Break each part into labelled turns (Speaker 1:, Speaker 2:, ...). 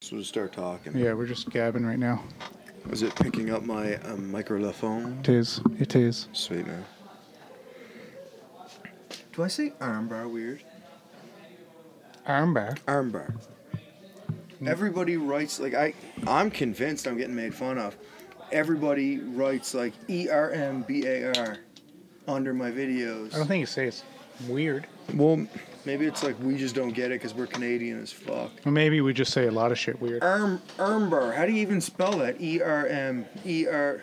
Speaker 1: So just start talking.
Speaker 2: Yeah, we're just gabbing right now.
Speaker 1: Is it picking up my um, microphone?
Speaker 2: It is. It is.
Speaker 1: Sweet man. Do I say armbar weird?
Speaker 2: Armbar.
Speaker 1: Armbar.
Speaker 2: Mm.
Speaker 1: Everybody writes like I. I'm convinced I'm getting made fun of. Everybody writes like E R M B A R under my videos.
Speaker 2: I don't think you say it's weird.
Speaker 1: Well, maybe it's like we just don't get it because we're Canadian as fuck.
Speaker 2: Or maybe we just say a lot of shit weird.
Speaker 1: Erm, ermber. How do you even spell that? E R M E R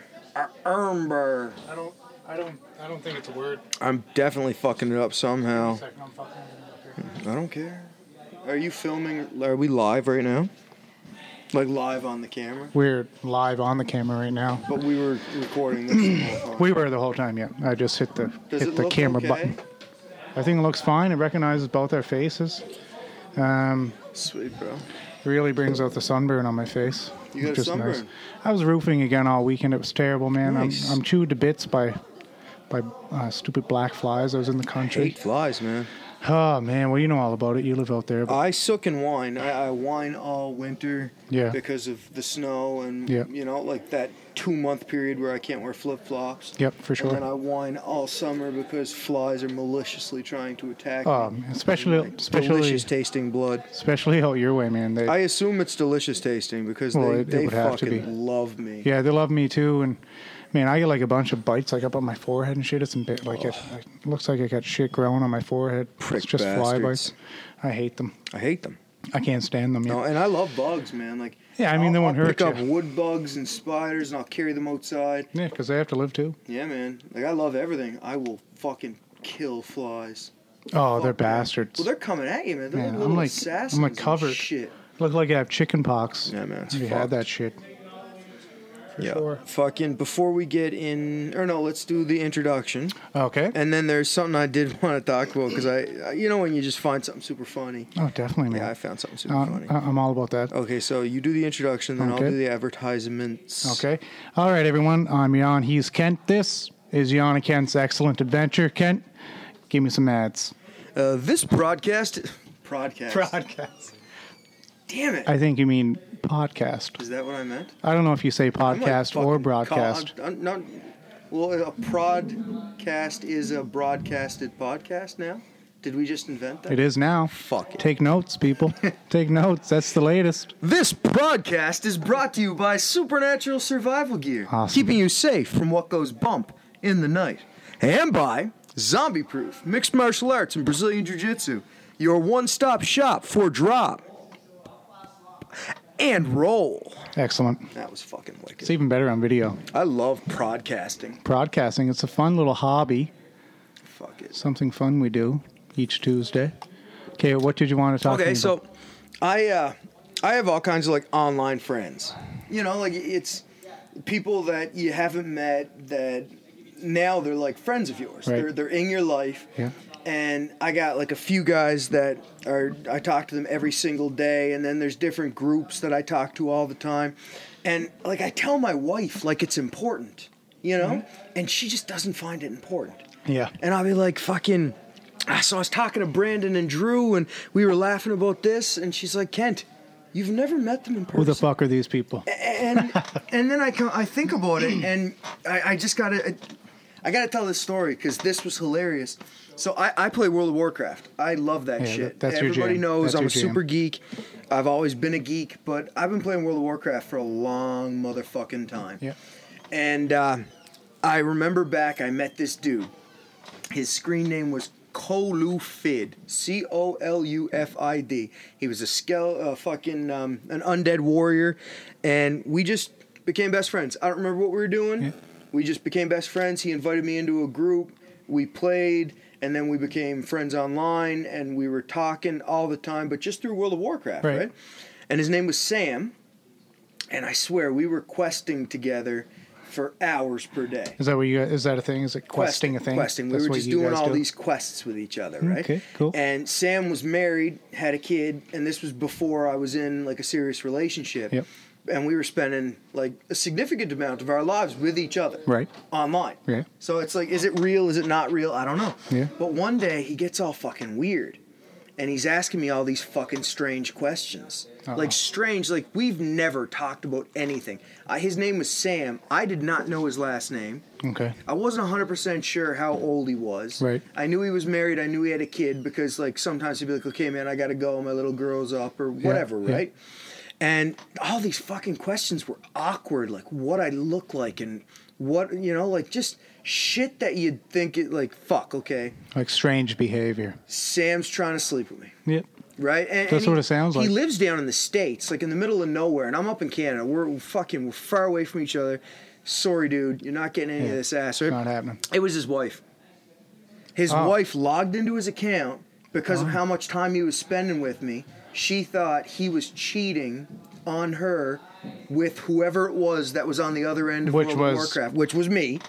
Speaker 1: ermber.
Speaker 2: I don't. I don't. I don't think it's a word.
Speaker 1: I'm definitely fucking it up somehow.
Speaker 2: Second, I'm fucking it up here.
Speaker 1: I don't care. Are you filming? Are we live right now? Like live on the camera?
Speaker 2: We're live on the camera right now.
Speaker 1: But we were recording this. the whole time.
Speaker 2: We were the whole time. Yeah, I just hit the
Speaker 1: Does
Speaker 2: hit
Speaker 1: it
Speaker 2: the
Speaker 1: look
Speaker 2: camera
Speaker 1: okay?
Speaker 2: button. I think it looks fine. It recognizes both our faces. Um,
Speaker 1: Sweet bro.
Speaker 2: really brings out the sunburn on my face.
Speaker 1: You got a
Speaker 2: which is nice.
Speaker 1: sunburn.
Speaker 2: I was roofing again all weekend. It was terrible, man.
Speaker 1: Nice.
Speaker 2: I'm, I'm chewed to bits by by uh, stupid black flies. I was in the country.
Speaker 1: Eight flies, man.
Speaker 2: Oh man, well you know all about it. You live out there. But
Speaker 1: I sook and wine. I, I wine all winter.
Speaker 2: Yeah.
Speaker 1: Because of the snow and
Speaker 2: Yeah.
Speaker 1: you know like that two month period where I can't wear flip flops.
Speaker 2: yep, for
Speaker 1: And then
Speaker 2: sure.
Speaker 1: I whine all summer because flies are maliciously trying to attack me.
Speaker 2: Um, especially especially
Speaker 1: delicious tasting blood.
Speaker 2: especially out your way, man. They,
Speaker 1: I assume it's delicious tasting because
Speaker 2: Well,
Speaker 1: they,
Speaker 2: it- it
Speaker 1: they
Speaker 2: would have to
Speaker 1: fucking
Speaker 2: be.
Speaker 1: love me.
Speaker 2: yeah, they love me too. And man, I get like a bunch of bites like up on my forehead and shit. It's a bit like it, it looks like I got shit growing on my forehead.
Speaker 1: Prick
Speaker 2: it's just fly
Speaker 1: bastards.
Speaker 2: bites. I hate them.
Speaker 1: I hate them.
Speaker 2: I can't stand them. Yeah.
Speaker 1: No, and I love bugs, man. Like
Speaker 2: Yeah, I mean,
Speaker 1: I'll-
Speaker 2: they won't
Speaker 1: I'll
Speaker 2: hurt
Speaker 1: Pick up
Speaker 2: you.
Speaker 1: wood bugs and spiders, and I'll carry them outside.
Speaker 2: Yeah, because they have to live too.
Speaker 1: Yeah, man. Like I love everything. I will fucking kill flies.
Speaker 2: Oh, they're
Speaker 1: Fuck, man.
Speaker 2: bastards.
Speaker 1: Well, they're coming at you, man. They're
Speaker 2: Man,
Speaker 1: like
Speaker 2: I'm
Speaker 1: little
Speaker 2: like- I'm like
Speaker 1: assassins. and
Speaker 2: covered.
Speaker 1: Shit.
Speaker 2: Look like I have chicken pox.
Speaker 1: Yeah, man, it's
Speaker 2: Have you
Speaker 1: fucked.
Speaker 2: had that shit? For
Speaker 1: Yeah.
Speaker 2: sure.
Speaker 1: Fucking. Before we get in, or no, let's do the introduction.
Speaker 2: Okay.
Speaker 1: And then there's something I did want to talk about because I, I- you know, when you just find something super funny.
Speaker 2: oh, definitely,
Speaker 1: Yeah, I
Speaker 2: man.
Speaker 1: found something super
Speaker 2: Uh,
Speaker 1: funny.
Speaker 2: I- I'm all about that.
Speaker 1: Okay, so you do the introduction, then I'll
Speaker 2: Okay.
Speaker 1: do the advertisements.
Speaker 2: Okay. All right, everyone. I'm Jan. He's Kent. This is Jan and Kent's Excellent Adventure. Kent, give me some ads.
Speaker 1: Uh, this broadcast. Broadcast.
Speaker 2: Podcast.
Speaker 1: Damn it! Is
Speaker 2: I think you mean podcast.
Speaker 1: that what I meant?
Speaker 2: I don't know if you say
Speaker 1: I'm like
Speaker 2: podcast or
Speaker 1: fucking
Speaker 2: broadcast.
Speaker 1: co- I'm not- well, a prodcast is a broadcasted podcast now. Did we just invent that?
Speaker 2: It is now.
Speaker 1: Fuck it.
Speaker 2: Take notes, people. Take notes. That's the latest.
Speaker 1: This broadcast is brought to you by Supernatural Survival Gear,
Speaker 2: Awesome.
Speaker 1: keeping you safe from what goes bump in the night, and by Zombie Proof, mixed martial arts and Brazilian Jiu Jitsu, your one stop shop for drop and roll.
Speaker 2: Excellent.
Speaker 1: That was fucking wicked.
Speaker 2: It's even better on video.
Speaker 1: I love broadcasting.
Speaker 2: Broadcasting. It's a fun little hobby.
Speaker 1: Fuck it.
Speaker 2: Something fun we do each Tuesday. Okay, what did you want to talk to
Speaker 1: Okay,
Speaker 2: me
Speaker 1: so
Speaker 2: about?
Speaker 1: I uh, I have all kinds of like online friends. You know, like it's people that you haven't met that now they're like friends of yours.
Speaker 2: Right.
Speaker 1: They're they're in your life.
Speaker 2: Yeah.
Speaker 1: And I got like a few guys that are I talk to them every single day and then there's different groups that I talk to all the time. And like I tell my wife like it's important, you know?
Speaker 2: Mm-hmm.
Speaker 1: And she just doesn't find it important.
Speaker 2: Yeah.
Speaker 1: And I'll be like, fucking. ah, So I was talking to Brandon and Drew, and we were laughing about this, and she's like, Kent, you've never met them in person.
Speaker 2: Who the fuck are these people?
Speaker 1: Eh, And and then I come, I think about it, and I, I just gotta, I gotta tell this story because this was hilarious. So I, I play World of Warcraft. I love that
Speaker 2: Yeah,
Speaker 1: shit.
Speaker 2: that- that's your
Speaker 1: Everybody
Speaker 2: jam.
Speaker 1: knows
Speaker 2: That's
Speaker 1: I'm
Speaker 2: your
Speaker 1: a super
Speaker 2: jam.
Speaker 1: geek. I've always been a geek, but I've been playing World of Warcraft for a long motherfucking time.
Speaker 2: Yeah.
Speaker 1: And uh, I remember back, I met this dude. His screen name was Colufid. C O L U F I D. He was a skell, uh, fucking um, an undead warrior, and we just became best friends. I don't remember what we were doing.
Speaker 2: Yeah.
Speaker 1: We just became best friends. He invited me into a group. We played, and then we became friends online, and we were talking all the time, but just through World of Warcraft,
Speaker 2: Right.
Speaker 1: right? And his name was Sam, and I swear we were questing together for hours per day
Speaker 2: Is that what you? Is that a thing? Is it questing, a thing?
Speaker 1: questing. We
Speaker 2: That's
Speaker 1: were
Speaker 2: what
Speaker 1: just
Speaker 2: you
Speaker 1: doing
Speaker 2: guys
Speaker 1: all
Speaker 2: do?
Speaker 1: these quests with each other, right?
Speaker 2: Okay, cool.
Speaker 1: And Sam was married, had a kid, and this was before I was in like a serious relationship.
Speaker 2: Yep.
Speaker 1: And we were spending like a significant amount of our lives with each other.
Speaker 2: Right.
Speaker 1: Online.
Speaker 2: Yeah.
Speaker 1: So it's like, is it real? Is it not real? I don't know.
Speaker 2: Yeah.
Speaker 1: But one day he gets all fucking weird. and he's asking me all these fucking strange questions. Like strange, like we've never talked about anything. I, his name was Sam. I did not know his last name.
Speaker 2: Okay.
Speaker 1: I wasn't 100% sure how old he was.
Speaker 2: Right.
Speaker 1: I knew he was married. I knew he had a kid because, like, sometimes he'd be like, okay, man, I got to go. My little girl's up or whatever,
Speaker 2: yeah.
Speaker 1: right? And all these fucking questions were awkward, like what I look like and what, you know, like just shit that you'd think it, like, fuck, okay,
Speaker 2: Like strange behavior.
Speaker 1: Sam's trying to sleep with me.
Speaker 2: Yep.
Speaker 1: Right, and,
Speaker 2: That's
Speaker 1: and
Speaker 2: what
Speaker 1: he-
Speaker 2: it sounds
Speaker 1: He
Speaker 2: like.
Speaker 1: lives down in the states, like in the middle of nowhere, and I'm up in Canada. We're fucking we're far away from each other. Sorry, dude, you're not getting any
Speaker 2: Yeah,
Speaker 1: of this ass. Right?
Speaker 2: It's not happening.
Speaker 1: It was his wife. His
Speaker 2: Oh.
Speaker 1: wife logged into his account because of how much time he was spending with me. She thought he was cheating on her with whoever it was that was on the other end of
Speaker 2: Which
Speaker 1: World
Speaker 2: was-
Speaker 1: of Warcraft, which was me.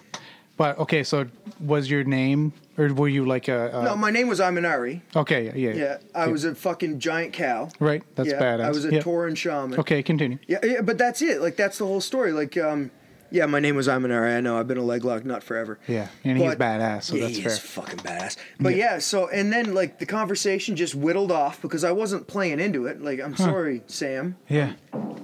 Speaker 2: But okay, so was your name or were you like a, a
Speaker 1: no, my name was Aminari.
Speaker 2: Okay, yeah, Uh, yeah.
Speaker 1: Yeah, I was a fucking giant cow.
Speaker 2: Right, that's
Speaker 1: yeah,
Speaker 2: badass.
Speaker 1: I was a
Speaker 2: Yep.
Speaker 1: Tauran shaman.
Speaker 2: Okay, continue.
Speaker 1: Yeah, yeah, but that's it. Like that's the whole story. Like, um, yeah, my name was Imanari. I know I've been a leg lock nut forever.
Speaker 2: Yeah, and he's badass, so
Speaker 1: yeah,
Speaker 2: that's
Speaker 1: he
Speaker 2: fair.
Speaker 1: is fucking badass. But yeah. so and then like the conversation just whittled off because I wasn't playing into it. Like, I'm sorry, Sam,
Speaker 2: Yeah.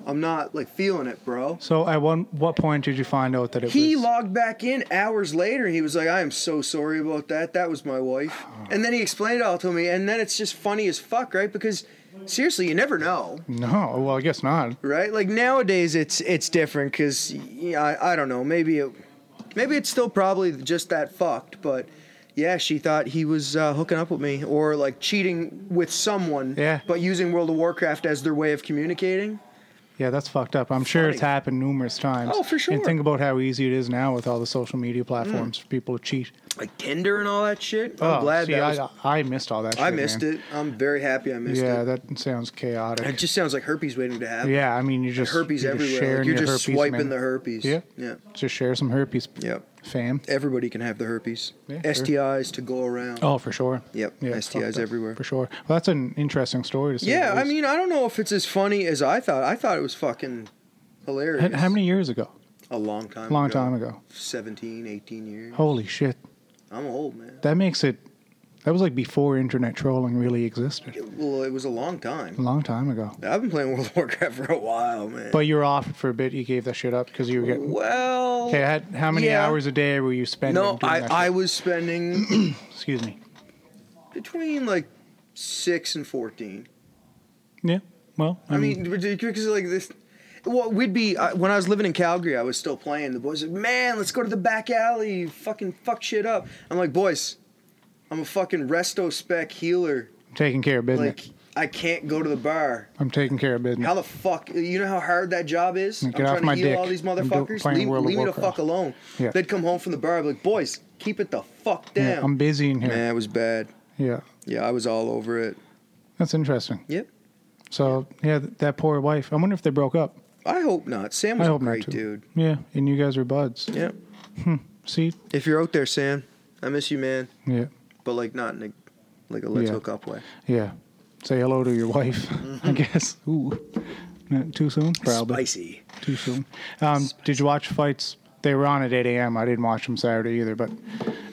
Speaker 1: I'm not like feeling it, bro.
Speaker 2: So at one what point did you find out that it
Speaker 1: He
Speaker 2: was
Speaker 1: logged back in hours later. and He was like, "I am so sorry about that. That was my wife." And then he explained it all to me. And then it's just funny as fuck, right? Because seriously, you never know.
Speaker 2: No, well I guess not.
Speaker 1: right? Like nowadays, it's it's different because yeah, I, I don't know. Maybe it, maybe it's still probably just that fucked, but yeah, she thought he was uh, hooking up with me or like cheating with someone.
Speaker 2: Yeah.
Speaker 1: But using World of Warcraft as their way of communicating.
Speaker 2: Yeah, that's fucked up. I'm sure it's
Speaker 1: Funny.
Speaker 2: happened numerous times.
Speaker 1: Oh, for
Speaker 2: And
Speaker 1: sure.
Speaker 2: think about how easy it is now with all the social media platforms for people to cheat.
Speaker 1: Like Tinder and all that shit. I'm
Speaker 2: Oh,
Speaker 1: glad
Speaker 2: see,
Speaker 1: that was,
Speaker 2: I, I missed all that.
Speaker 1: I
Speaker 2: shit,
Speaker 1: missed
Speaker 2: man.
Speaker 1: it. I'm very happy I missed
Speaker 2: Yeah,
Speaker 1: it.
Speaker 2: that sounds chaotic.
Speaker 1: It just sounds like herpes waiting to happen.
Speaker 2: yeah, I mean, you're just
Speaker 1: Herpes
Speaker 2: you're just
Speaker 1: everywhere.
Speaker 2: sharing
Speaker 1: Like, you're
Speaker 2: your
Speaker 1: just
Speaker 2: herpes,
Speaker 1: swiping
Speaker 2: man.
Speaker 1: the herpes.
Speaker 2: Yeah.
Speaker 1: Yeah.
Speaker 2: Just share some herpes,
Speaker 1: Yeah.
Speaker 2: fam.
Speaker 1: Everybody can have the herpes.
Speaker 2: Yeah, sure.
Speaker 1: STIs to go around.
Speaker 2: Oh, for sure.
Speaker 1: Yep,
Speaker 2: it's
Speaker 1: STIs
Speaker 2: fucked up,
Speaker 1: everywhere.
Speaker 2: For sure. Well, that's an interesting story to see.
Speaker 1: Yeah, I mean, I don't know if it's as funny as I thought. I thought it was fucking hilarious.
Speaker 2: how many years ago?
Speaker 1: A long time
Speaker 2: Long
Speaker 1: ago.
Speaker 2: time ago.
Speaker 1: 17, 18 years.
Speaker 2: Holy shit.
Speaker 1: I'm old, man.
Speaker 2: That makes it. That was like before internet trolling really existed.
Speaker 1: It- well, it was a long
Speaker 2: A
Speaker 1: time.
Speaker 2: long time ago.
Speaker 1: I've been playing World of Warcraft for a while, man.
Speaker 2: But you were off it for a bit. You gave that shit up because you were getting.
Speaker 1: well,
Speaker 2: Okay, had, how many
Speaker 1: yeah.
Speaker 2: hours a day were you spending?
Speaker 1: no,
Speaker 2: doing that
Speaker 1: I, I
Speaker 2: shit?
Speaker 1: was spending
Speaker 2: Excuse me.
Speaker 1: between like 6 and 14.
Speaker 2: Yeah. Well, I,
Speaker 1: I
Speaker 2: mean,
Speaker 1: mean, because like this. Well, we'd be I, when I was living in Calgary, I was still playing. The boys, like, man, let's go to the back alley, fucking fuck shit up. I'm like, boys, I'm a fucking resto spec healer.
Speaker 2: taking care of business.
Speaker 1: Like, I can't go to the bar.
Speaker 2: I'm taking care of business.
Speaker 1: How the fuck? You know how hard that job is.
Speaker 2: Mm. Get
Speaker 1: I'm
Speaker 2: off
Speaker 1: trying
Speaker 2: my
Speaker 1: to heal
Speaker 2: dick.
Speaker 1: all these
Speaker 2: I'm do-
Speaker 1: motherfuckers.
Speaker 2: playing
Speaker 1: leave
Speaker 2: World of
Speaker 1: leave me the
Speaker 2: Warcraft.
Speaker 1: fuck alone.
Speaker 2: Yeah.
Speaker 1: They'd come home from the bar, I'd be like, boys, keep it the fuck down.
Speaker 2: yeah, I'm busy in here.
Speaker 1: Man, it was bad.
Speaker 2: Yeah.
Speaker 1: Yeah, I was all over it.
Speaker 2: That's interesting.
Speaker 1: Yep.
Speaker 2: So yeah, th- that poor wife. I wonder if they broke up.
Speaker 1: I hope not. Sam
Speaker 2: I
Speaker 1: was a
Speaker 2: hope not
Speaker 1: great
Speaker 2: too.
Speaker 1: dude.
Speaker 2: Yeah, and you guys are buds.
Speaker 1: Yeah.
Speaker 2: See?
Speaker 1: If you're out there, Sam, I miss you, man.
Speaker 2: Yeah,
Speaker 1: but like not in a like a let's
Speaker 2: Yeah.
Speaker 1: hook up way.
Speaker 2: yeah. Say hello to your wife. I
Speaker 1: Mm-hmm.
Speaker 2: guess. Ooh, Not too soon. Probably
Speaker 1: Spicy.
Speaker 2: too soon. Um, did you watch fights? They were on at 8 a.m. I didn't watch them Saturday either, but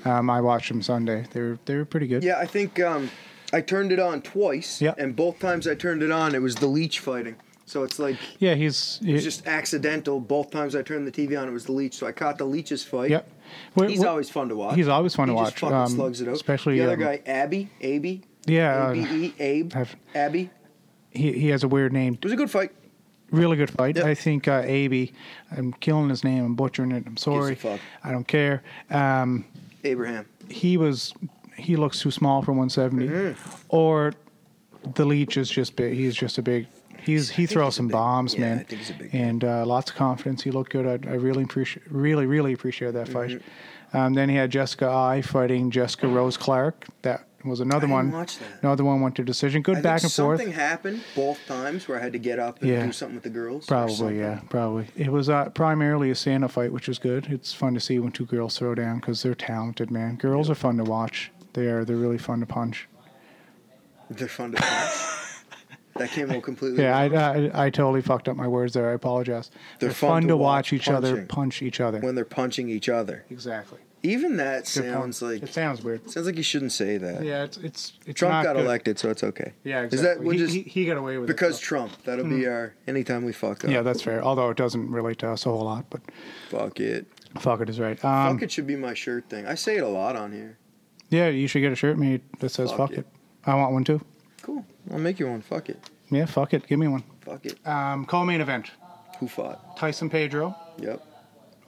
Speaker 2: um, I watched them Sunday. They were they were pretty good.
Speaker 1: Yeah, I think um, I turned it on twice.
Speaker 2: Yeah.
Speaker 1: And both times I turned it on, it was the leech fighting. So it's like it
Speaker 2: Yeah, he's
Speaker 1: was just accidental. Both times I turned the TV on, it was the leech. So I caught the leech's fight.
Speaker 2: Yep. Where-
Speaker 1: He's
Speaker 2: where-
Speaker 1: always fun to watch.
Speaker 2: he's always fun to
Speaker 1: He
Speaker 2: watch.
Speaker 1: Just fucking
Speaker 2: Um,
Speaker 1: slugs it out.
Speaker 2: especially,
Speaker 1: the other
Speaker 2: um,
Speaker 1: guy, Abby, Abby,
Speaker 2: Yeah, uh,
Speaker 1: A B E, Abe,
Speaker 2: I've-
Speaker 1: Abby.
Speaker 2: he he has a weird name.
Speaker 1: It was a good fight.
Speaker 2: Really good fight.
Speaker 1: Yep.
Speaker 2: I think uh, Abe. I'm killing his name. I'm butchering it. I'm sorry.
Speaker 1: fuck.
Speaker 2: I don't care. Um,
Speaker 1: Abraham.
Speaker 2: he was he looks too small for 170
Speaker 1: Mm-hmm.
Speaker 2: or the leech is just big he's just a big he's he
Speaker 1: he's
Speaker 2: throws
Speaker 1: a
Speaker 2: some
Speaker 1: big-
Speaker 2: bombs
Speaker 1: yeah,
Speaker 2: man
Speaker 1: I think he's a big guy.
Speaker 2: and uh, lots of confidence he looked good i, I really appreciate really really appreciate that fight
Speaker 1: Mm-hmm.
Speaker 2: um, then he had jessica i fighting jessica rose clark that was another
Speaker 1: didn't
Speaker 2: one
Speaker 1: watch that.
Speaker 2: another one went to decision good
Speaker 1: I
Speaker 2: back
Speaker 1: think
Speaker 2: and
Speaker 1: something
Speaker 2: forth
Speaker 1: happened both times where I had to get up and
Speaker 2: Yeah.
Speaker 1: do something with the girls. or
Speaker 2: Probably,
Speaker 1: something.
Speaker 2: yeah, probably. It was uh, primarily a Santa fight, which is good. It's fun to see when two girls throw down because they're talented, man. Girls are fun to watch. They are. They're really fun to punch.
Speaker 1: They're fun to punch. that came out completely.
Speaker 2: Yeah, I, I, I totally fucked up my words there. I apologize.
Speaker 1: They're fun to watch
Speaker 2: each other
Speaker 1: punching.
Speaker 2: punch each other.
Speaker 1: when they're punching each other.
Speaker 2: exactly.
Speaker 1: Even that
Speaker 2: Good point.
Speaker 1: sounds like
Speaker 2: it sounds weird.
Speaker 1: sounds like you shouldn't say that.
Speaker 2: Yeah, it's it's it's
Speaker 1: Trump
Speaker 2: not
Speaker 1: got
Speaker 2: good.
Speaker 1: elected, so it's okay.
Speaker 2: Yeah,
Speaker 1: Is
Speaker 2: exactly.
Speaker 1: that- we'll
Speaker 2: he,
Speaker 1: just-
Speaker 2: he, he got away with
Speaker 1: Because
Speaker 2: it.
Speaker 1: Trump, that'll be our anytime we fuck up.
Speaker 2: Hmm. yeah, that's fair. Although it doesn't relate to us a whole lot, but
Speaker 1: Fuck it.
Speaker 2: fuck it is right. Um,
Speaker 1: fuck it should be my shirt thing. I say it a lot on here.
Speaker 2: Yeah, you should get a shirt made that says
Speaker 1: Fuck
Speaker 2: "fuck,
Speaker 1: it."
Speaker 2: it. I want one too.
Speaker 1: Cool. I'll make you one. Fuck it.
Speaker 2: Yeah, fuck it. Give me one.
Speaker 1: Fuck it.
Speaker 2: Um, co-main event:
Speaker 1: Who fought?
Speaker 2: Tyson Pedro,
Speaker 1: Yep.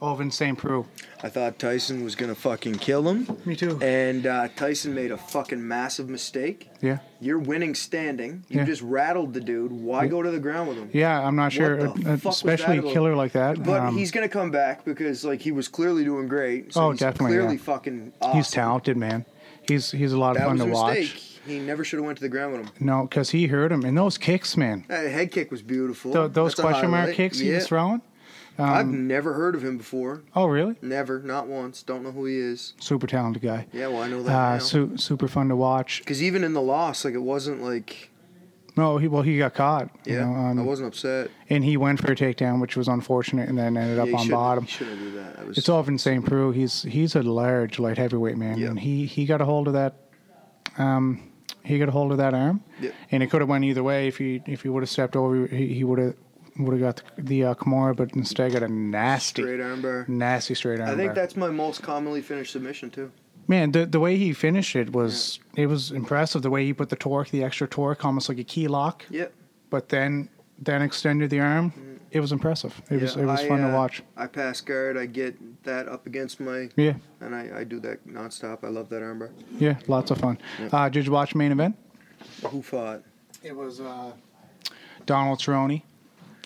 Speaker 2: Ovin St. Preux.
Speaker 1: I thought Tyson was gonna fucking kill him,
Speaker 2: Me too.
Speaker 1: and uh, Tyson made a fucking massive mistake.
Speaker 2: Yeah,
Speaker 1: You're winning standing. You
Speaker 2: Yeah.
Speaker 1: just rattled the dude. Why go to the ground with him?
Speaker 2: yeah. I'm not sure,
Speaker 1: What the
Speaker 2: uh,
Speaker 1: fuck was
Speaker 2: especially
Speaker 1: that
Speaker 2: a killer like that.
Speaker 1: But
Speaker 2: um,
Speaker 1: he's gonna come back because like he was clearly doing great. So
Speaker 2: Oh,
Speaker 1: he's
Speaker 2: definitely,
Speaker 1: Clearly
Speaker 2: yeah.
Speaker 1: fucking. Awesome.
Speaker 2: he's talented, man. He's he's a lot of
Speaker 1: That
Speaker 2: fun
Speaker 1: was
Speaker 2: to
Speaker 1: a mistake.
Speaker 2: watch.
Speaker 1: He never should have went to the ground with him.
Speaker 2: No, because he hurt him, and those kicks, man.
Speaker 1: That head kick was beautiful.
Speaker 2: Th- those
Speaker 1: That's a
Speaker 2: question mark
Speaker 1: highlight.
Speaker 2: kicks he
Speaker 1: Yeah.
Speaker 2: was um, throwing.
Speaker 1: I've never heard of him before.
Speaker 2: Oh, really?
Speaker 1: Never, not once. Don't know who he is.
Speaker 2: Super talented guy.
Speaker 1: Yeah, well I know that
Speaker 2: Uh,
Speaker 1: now.
Speaker 2: su- super fun to watch.
Speaker 1: Because even in the loss, like it wasn't like
Speaker 2: No, he well he got caught. you
Speaker 1: yeah,
Speaker 2: know, um,
Speaker 1: I wasn't upset.
Speaker 2: and he went for a takedown, which was unfortunate, and then ended
Speaker 1: Yeah,
Speaker 2: up
Speaker 1: he
Speaker 2: on
Speaker 1: shouldn't-
Speaker 2: bottom.
Speaker 1: he Shouldn't do that. That was
Speaker 2: It's all in St. Preux. He's he's a large light heavyweight man,
Speaker 1: Yeah.
Speaker 2: and he he got a hold of that. Um, he got a hold of that arm,
Speaker 1: Yeah.
Speaker 2: and it could have went either way. If he if he would have stepped over, he, he would have would have got the, the uh, Kimura, but instead got a nasty,
Speaker 1: straight armbar.
Speaker 2: nasty straight arm.
Speaker 1: I
Speaker 2: bar.
Speaker 1: think that's my most commonly finished submission too.
Speaker 2: man. The the way he finished it was it was impressive. The way he put the torque, the extra torque, almost like a key lock,
Speaker 1: Yeah,
Speaker 2: but then then extended the arm. It was impressive. It was
Speaker 1: Yeah,
Speaker 2: it was
Speaker 1: I,
Speaker 2: fun
Speaker 1: uh,
Speaker 2: to watch.
Speaker 1: I pass guard. I get that up against my,
Speaker 2: Yeah,
Speaker 1: and I, I do that nonstop. I love that armbar.
Speaker 2: yeah, lots of fun. Uh, did you watch main event?
Speaker 1: Who fought?
Speaker 2: It was uh, Donald Cerrone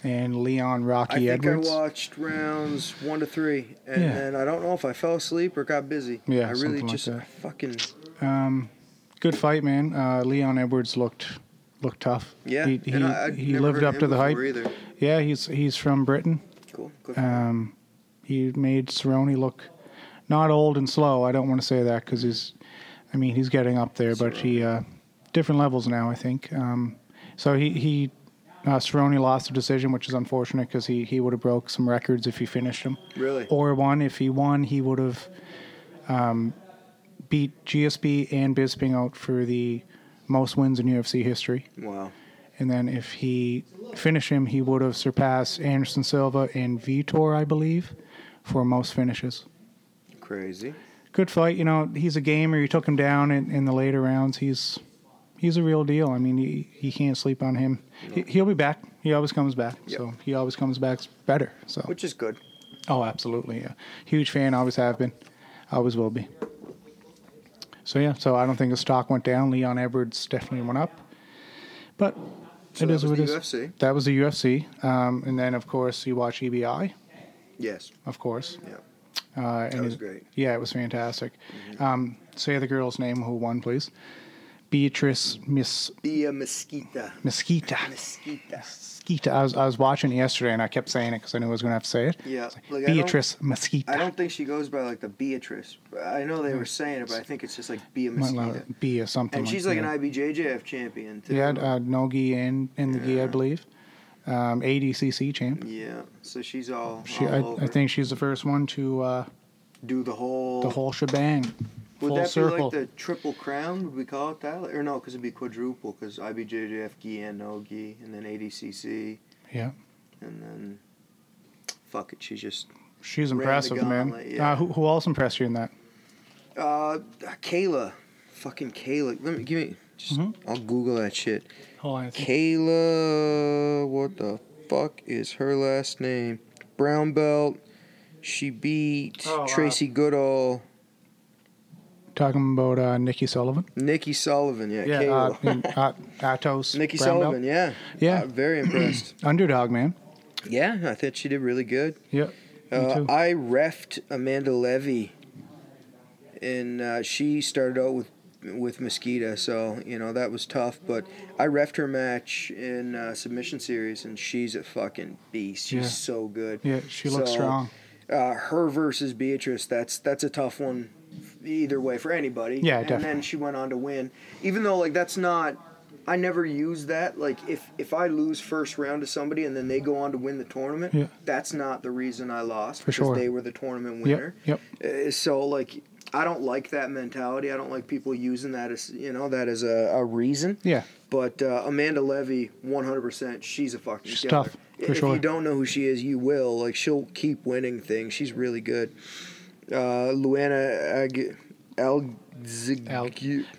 Speaker 2: and Leon Rocky
Speaker 1: I think
Speaker 2: Edwards.
Speaker 1: I watched rounds one to three, and
Speaker 2: Yeah.
Speaker 1: then I don't know if I fell asleep or got busy.
Speaker 2: Yeah,
Speaker 1: I really
Speaker 2: something like
Speaker 1: just
Speaker 2: that.
Speaker 1: I fucking
Speaker 2: um, good fight, man. Uh, Leon Edwards looked looked tough.
Speaker 1: yeah.
Speaker 2: he, he,
Speaker 1: and I, I'd
Speaker 2: he
Speaker 1: never
Speaker 2: lived
Speaker 1: heard of
Speaker 2: up
Speaker 1: him
Speaker 2: to the hype.
Speaker 1: before Either.
Speaker 2: Yeah, he's he's from Britain.
Speaker 1: Cool. Good. for him.
Speaker 2: Um, he made Cerrone look not old and slow. I don't want to say that because he's, I mean, he's getting up there, but he uh, different levels now. I think. Um, so he he. Uh, Cerrone lost the decision, which is unfortunate because he, he would have broke some records if he finished him.
Speaker 1: really.
Speaker 2: or won. If he won, he would have um, beat GSB and Bisping out for the most wins in UFC history.
Speaker 1: Wow.
Speaker 2: And then if he finished him, he would have surpassed Anderson Silva and Vitor, I believe, for most finishes.
Speaker 1: Crazy.
Speaker 2: Good fight, you know. He's a gamer. You took him down in, in the later rounds. He's he's a real deal. I mean, he, he can't sleep on him. He, he'll be back. He always comes back.
Speaker 1: Yep.
Speaker 2: So he always comes back better. So
Speaker 1: Which is good.
Speaker 2: Oh, absolutely. Yeah. Huge fan. Always have been. Always will be. So, yeah. So, I don't think the stock went down. Leon Edwards definitely went up. But
Speaker 1: So
Speaker 2: it
Speaker 1: that
Speaker 2: is
Speaker 1: was
Speaker 2: what it is.
Speaker 1: the UFC.
Speaker 2: That was the UFC. Um, and then, of course, you watch EBI,
Speaker 1: Yes.
Speaker 2: of course.
Speaker 1: Yeah.
Speaker 2: Uh, and
Speaker 1: That was
Speaker 2: it-
Speaker 1: great. Mm-hmm.
Speaker 2: Yeah, it was fantastic. Um, say the girl's name who won, please. Beatrice Miss
Speaker 1: Bia Mesquita.
Speaker 2: Mesquita.
Speaker 1: Mesquita.
Speaker 2: Mesquita. I was, I was watching it yesterday and I kept saying it because I knew I was going to have to say it.
Speaker 1: Yeah.
Speaker 2: It's like,
Speaker 1: Like, I don't-
Speaker 2: Beatrice Mesquita.
Speaker 1: I don't think she goes by like the Beatrice. but I know they were saying it, but I think it's just like Bia
Speaker 2: Might not
Speaker 1: Mesquita.
Speaker 2: be a something.
Speaker 1: And she's like
Speaker 2: that.
Speaker 1: an IBJJF champion too.
Speaker 2: Yeah, uh, Nogi and and the gi, I believe. Um, ADCC champ.
Speaker 1: Yeah. So she's all.
Speaker 2: She,
Speaker 1: all
Speaker 2: I,
Speaker 1: over.
Speaker 2: I think she's the first one to uh,
Speaker 1: do the whole
Speaker 2: the whole shebang.
Speaker 1: Would
Speaker 2: full
Speaker 1: that
Speaker 2: circle.
Speaker 1: be like the triple crown? Would we call it that? Or no, because it'd be quadruple. Because IBJJF gi and no gi, and then ADCC,
Speaker 2: yeah,
Speaker 1: and then fuck it, she's just
Speaker 2: she's
Speaker 1: ran the
Speaker 2: impressive, man.
Speaker 1: gauntlet, yeah.
Speaker 2: Uh, who, who else impressed you in that?
Speaker 1: uh Kayla, fucking Kayla. Let me give me. Just,
Speaker 2: Mm-hmm.
Speaker 1: I'll Google that shit.
Speaker 2: Hold on, Oh, I think-
Speaker 1: Kayla, what the fuck is her last name? Brown belt. She beat
Speaker 2: Oh, wow.
Speaker 1: Tracy Goodall,
Speaker 2: talking about uh, Nikki Sullivan.
Speaker 1: Nikki Sullivan. Yeah,
Speaker 2: Yeah, uh,
Speaker 1: Kayla.
Speaker 2: and, uh, Atos.
Speaker 1: Nikki
Speaker 2: brown belt.
Speaker 1: Sullivan. Uh, Yeah.
Speaker 2: Yeah.
Speaker 1: Uh, very impressed.
Speaker 2: Underdog, man.
Speaker 1: yeah, I thought she did really good.
Speaker 2: Yep. me
Speaker 1: Uh,
Speaker 2: too.
Speaker 1: I refed Amanda Levy, and uh, she started out with with Mosquito, so you know that was tough. But I refed her match in uh, submission series, and she's a fucking beast. She's
Speaker 2: Yeah.
Speaker 1: so good.
Speaker 2: yeah, she looks
Speaker 1: So,
Speaker 2: strong.
Speaker 1: Uh, her versus Beatrice, that's that's a tough one, either way for anybody.
Speaker 2: Yeah,
Speaker 1: and
Speaker 2: definitely.
Speaker 1: then she went on to win, even though like that's not I never use that. Like if if I lose first round to somebody and then they go on to win the tournament,
Speaker 2: Yeah.
Speaker 1: that's not the reason I lost because
Speaker 2: sure.
Speaker 1: they were the tournament
Speaker 2: Yep.
Speaker 1: winner.
Speaker 2: Yep.
Speaker 1: Uh, so like I don't like that mentality. I don't like people using that as you know that as a, a reason.
Speaker 2: Yeah.
Speaker 1: But uh, Amanda Levy, 100%, she's a fucking
Speaker 2: She's
Speaker 1: killer.
Speaker 2: tough, for
Speaker 1: if
Speaker 2: sure.
Speaker 1: you don't know who she is, you will. Like she'll keep winning things. She's really good. Uh, Luana Ag- Alzig-
Speaker 2: Al-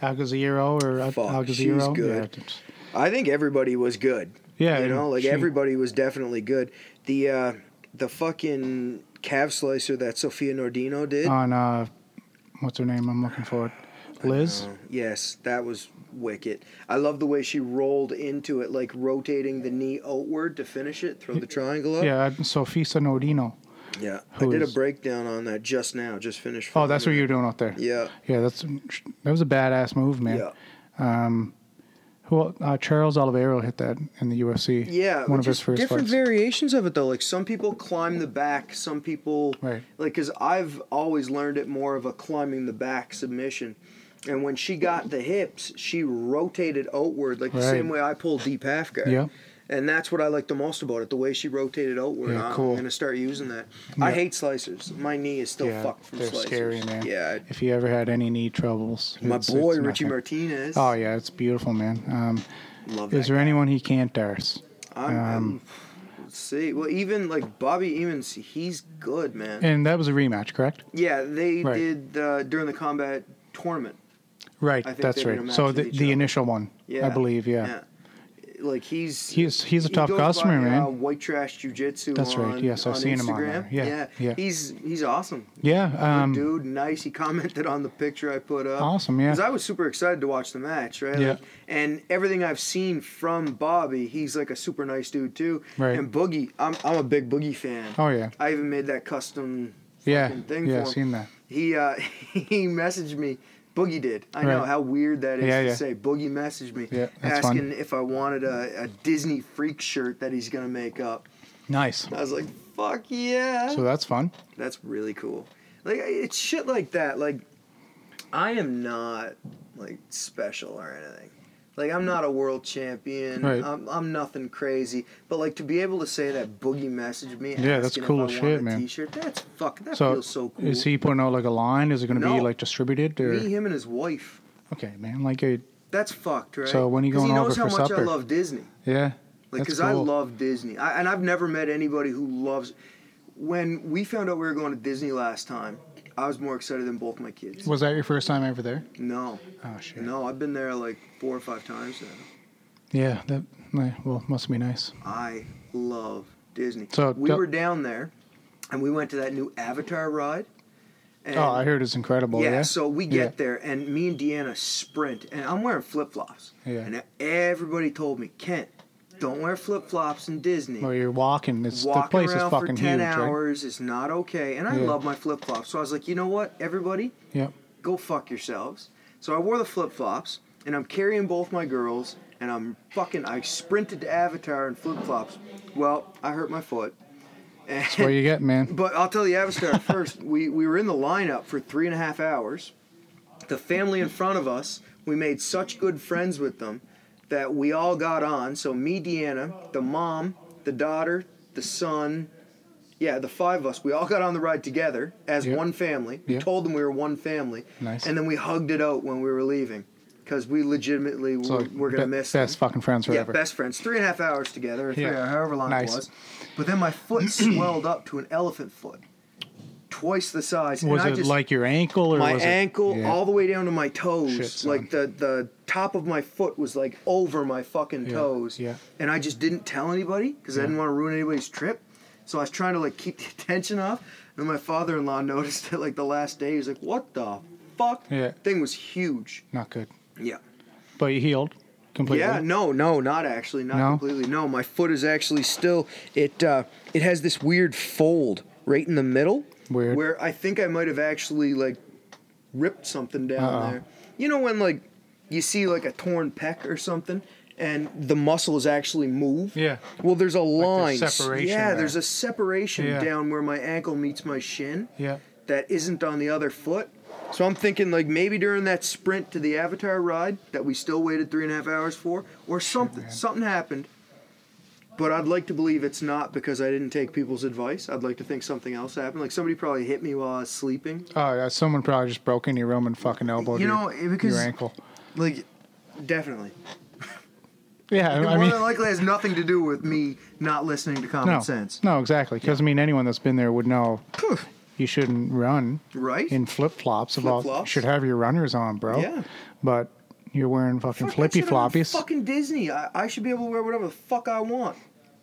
Speaker 2: Algaziro or Al-
Speaker 1: Fuck, she's
Speaker 2: Algaziro.
Speaker 1: good.
Speaker 2: Yeah, it's-
Speaker 1: I think everybody was good.
Speaker 2: Yeah,
Speaker 1: you
Speaker 2: and
Speaker 1: know, like
Speaker 2: she-
Speaker 1: everybody was definitely good. The uh, the fucking calf slicer that Sofia Nordino did.
Speaker 2: on uh, what's her name? I'm looking for it. Liz.
Speaker 1: Oh, yes, that was wicked. I love the way she rolled into it, like rotating the knee outward to finish it, throw the triangle up.
Speaker 2: Yeah, Sofisa Nordino.
Speaker 1: Yeah,
Speaker 2: Who
Speaker 1: I did
Speaker 2: is-
Speaker 1: a breakdown on that just now. Just finished.
Speaker 2: Oh, that's what
Speaker 1: filming
Speaker 2: you're doing out there.
Speaker 1: it. Yeah,
Speaker 2: Yeah, that's that was a badass move, man.
Speaker 1: yeah,
Speaker 2: Um, Who el- uh, Charles Oliveiro hit that in the UFC.
Speaker 1: yeah.
Speaker 2: one
Speaker 1: but
Speaker 2: of his
Speaker 1: just
Speaker 2: first
Speaker 1: different
Speaker 2: fights.
Speaker 1: variations of it though. Like some people climb the back, some people
Speaker 2: Right.
Speaker 1: Like because I've always learned it more of a climbing the back submission. And when she got the hips, she rotated outward like the
Speaker 2: Right.
Speaker 1: same way I pulled deep half guard.
Speaker 2: Yeah.
Speaker 1: And that's what I like the most about it, the way she rotated outward.
Speaker 2: Yeah,
Speaker 1: I'm
Speaker 2: cool.
Speaker 1: gonna start using that. I
Speaker 2: Yeah.
Speaker 1: hate slicers. My knee is still
Speaker 2: yeah,
Speaker 1: fucked from
Speaker 2: they're
Speaker 1: slicers.
Speaker 2: scary, man.
Speaker 1: Yeah.
Speaker 2: If you ever had any knee troubles,
Speaker 1: My
Speaker 2: it's-
Speaker 1: boy
Speaker 2: it's
Speaker 1: Richie
Speaker 2: nothing.
Speaker 1: Martinez.
Speaker 2: Oh yeah, it's beautiful, man. Um,
Speaker 1: Love that
Speaker 2: is there anyone he can't dars?
Speaker 1: I'm,
Speaker 2: Um,
Speaker 1: I'm- let's see. Well, even like Bobby Evans, he's good, man.
Speaker 2: And that was a rematch, correct?
Speaker 1: yeah, they
Speaker 2: Right.
Speaker 1: did uh, during the combat tournament.
Speaker 2: Right,
Speaker 1: I think
Speaker 2: that's
Speaker 1: they did a
Speaker 2: right.
Speaker 1: match
Speaker 2: So
Speaker 1: with
Speaker 2: the,
Speaker 1: each
Speaker 2: the
Speaker 1: other.
Speaker 2: initial one,
Speaker 1: Yeah,
Speaker 2: I believe, yeah.
Speaker 1: Like he's
Speaker 2: He's he's a
Speaker 1: he
Speaker 2: tough
Speaker 1: goes
Speaker 2: customer,
Speaker 1: by,
Speaker 2: man.
Speaker 1: Uh, White trash jujitsu.
Speaker 2: That's right,
Speaker 1: on-
Speaker 2: yes, I've
Speaker 1: on
Speaker 2: seen him on
Speaker 1: Instagram.
Speaker 2: there. Yeah, yeah.
Speaker 1: He's he's awesome.
Speaker 2: yeah,
Speaker 1: Good
Speaker 2: um,
Speaker 1: dude, uh, nice. He commented on the picture I put up.
Speaker 2: Awesome, yeah.
Speaker 1: Because I was super excited to watch the match, right?
Speaker 2: Yeah.
Speaker 1: Like, and everything I've seen from Bobby, he's like a super nice dude too.
Speaker 2: Right.
Speaker 1: And Boogie, I'm I'm a big Boogie fan.
Speaker 2: oh yeah,
Speaker 1: I even made that custom
Speaker 2: yeah,
Speaker 1: fucking thing
Speaker 2: yeah.
Speaker 1: for him.
Speaker 2: Seen that?
Speaker 1: He uh, he messaged me. Boogie did. I know
Speaker 2: Right.
Speaker 1: how weird that is
Speaker 2: Yeah,
Speaker 1: to
Speaker 2: yeah.
Speaker 1: say. Boogie messaged me
Speaker 2: Yeah, that's fun.
Speaker 1: asking if I wanted a, a Disney freak shirt that he's gonna make up.
Speaker 2: Nice.
Speaker 1: I was like, fuck yeah.
Speaker 2: So that's fun.
Speaker 1: That's really cool. Like it's shit like that. Like I am not like special or anything. Like I'm not a world champion.
Speaker 2: Right.
Speaker 1: I'm, I'm nothing crazy. But like to be able to say that Boogie messaged me.
Speaker 2: Yeah, that's
Speaker 1: asking if
Speaker 2: cool
Speaker 1: I
Speaker 2: as shit,
Speaker 1: wanted a
Speaker 2: man.
Speaker 1: T-shirt. That's fuck. That
Speaker 2: So,
Speaker 1: feels so cool.
Speaker 2: is he putting out like a line? Is it going to be
Speaker 1: No.
Speaker 2: like distributed or?
Speaker 1: Me, him, and his wife.
Speaker 2: Okay, man. Like a
Speaker 1: That's fucked, right?
Speaker 2: So when you
Speaker 1: 'Cause
Speaker 2: going
Speaker 1: he knows
Speaker 2: over
Speaker 1: how
Speaker 2: for
Speaker 1: much I
Speaker 2: supper?
Speaker 1: love Disney.
Speaker 2: yeah.
Speaker 1: Like,
Speaker 2: that's
Speaker 1: because I
Speaker 2: cool.
Speaker 1: love Disney, I, and I've never met anybody who loves. When we found out we were going to Disney last time, I was more excited than both my kids.
Speaker 2: Was that your first time ever there?
Speaker 1: No,
Speaker 2: Oh shit.
Speaker 1: no, I've been there like four or five times now.
Speaker 2: Yeah. That. yeah, Well, must be nice.
Speaker 1: I love Disney.
Speaker 2: So,
Speaker 1: we
Speaker 2: go-
Speaker 1: were down there, and we went to that new Avatar ride. And
Speaker 2: oh, I heard it's incredible.
Speaker 1: yeah,
Speaker 2: Yeah.
Speaker 1: so we
Speaker 2: Yeah.
Speaker 1: get there, and me and Deanna sprint, and I'm wearing flip flops.
Speaker 2: Yeah.
Speaker 1: And everybody told me, Kent, don't wear flip flops in Disney.
Speaker 2: Well, you're walking. It's
Speaker 1: Walking
Speaker 2: the place is
Speaker 1: around
Speaker 2: fucking
Speaker 1: for 10
Speaker 2: huge, right?
Speaker 1: hours is not okay. And I
Speaker 2: Yeah.
Speaker 1: love my flip flops. So I was like, you know what, everybody,
Speaker 2: Yep.
Speaker 1: go fuck yourselves. So I wore the flip flops, and I'm carrying both my girls, and I'm fucking, I sprinted to Avatar in flip flops. Well, I hurt my foot. And,
Speaker 2: That's what you get, man.
Speaker 1: but I'll tell you, Avatar first. We we were in the lineup for three and a half hours. The family in front of us, we made such good friends with them that we all got on. So me, Deanna, the mom, the daughter, the son, yeah, the five of us, we all got on the ride together as
Speaker 2: Yep.
Speaker 1: one family. We
Speaker 2: Yep.
Speaker 1: told them we were one family.
Speaker 2: Nice.
Speaker 1: And then we hugged it out when we were leaving because we legitimately
Speaker 2: So
Speaker 1: were, were gonna
Speaker 2: be-
Speaker 1: miss them.
Speaker 2: best fucking friends
Speaker 1: Yeah,
Speaker 2: forever.
Speaker 1: best friends. Three and a half hours together, or three,
Speaker 2: Yeah.
Speaker 1: or however long
Speaker 2: Nice.
Speaker 1: it was. But then my foot swelled up to an elephant foot, twice the size.
Speaker 2: was
Speaker 1: and
Speaker 2: it
Speaker 1: I just,
Speaker 2: like your ankle or
Speaker 1: my
Speaker 2: was
Speaker 1: ankle
Speaker 2: it, yeah.
Speaker 1: all the way down to my toes?
Speaker 2: Shit, son.
Speaker 1: like the the top of my foot was like over my fucking
Speaker 2: Yeah,
Speaker 1: toes.
Speaker 2: yeah.
Speaker 1: And I just didn't tell anybody because I didn't want to ruin anybody's trip. So I was trying to like keep the attention off. And my father-in-law noticed it like the last day. He was like, "What the fuck?
Speaker 2: Yeah.
Speaker 1: Thing was huge.
Speaker 2: Not good.
Speaker 1: Yeah."
Speaker 2: But you healed completely.
Speaker 1: Yeah, no, no, not actually, not
Speaker 2: No?
Speaker 1: completely. No, my foot is actually still it. Uh, it has this weird fold right in the middle,
Speaker 2: Weird.
Speaker 1: where I think I might have actually like ripped something down
Speaker 2: Uh-oh.
Speaker 1: there. You know when like you see like a torn pec or something, and the muscle is actually moved.
Speaker 2: Yeah.
Speaker 1: Well, there's a line.
Speaker 2: there's separation
Speaker 1: Yeah,
Speaker 2: there.
Speaker 1: there's a separation
Speaker 2: Yeah.
Speaker 1: down where my ankle meets my shin
Speaker 2: Yeah.
Speaker 1: that isn't on the other foot. So I'm thinking like maybe during that sprint to the Avatar ride that we still waited three and a half hours for, or something.
Speaker 2: man.
Speaker 1: something happened. But I'd like to believe it's not because I didn't take people's advice. I'd like to think something else happened. Like somebody probably hit me while I was sleeping.
Speaker 2: Oh, yeah, someone probably just broke in your room and fucking elbowed
Speaker 1: You
Speaker 2: your-
Speaker 1: know, it- because-
Speaker 2: your ankle.
Speaker 1: Like, definitely.
Speaker 2: Yeah,
Speaker 1: It
Speaker 2: I
Speaker 1: more
Speaker 2: mean,
Speaker 1: than likely has nothing to do with me not listening to common
Speaker 2: no,
Speaker 1: sense.
Speaker 2: no, exactly. Because I mean, anyone that's been there would know you shouldn't run
Speaker 1: Right?
Speaker 2: in flip flops. About you
Speaker 1: Flip-flops?
Speaker 2: should have your runners on, bro.
Speaker 1: Yeah.
Speaker 2: But you're wearing fucking
Speaker 1: Fuck, I
Speaker 2: flippy
Speaker 1: should have been
Speaker 2: floppies.
Speaker 1: Fucking Disney. I, I should be able to wear whatever the fuck I want,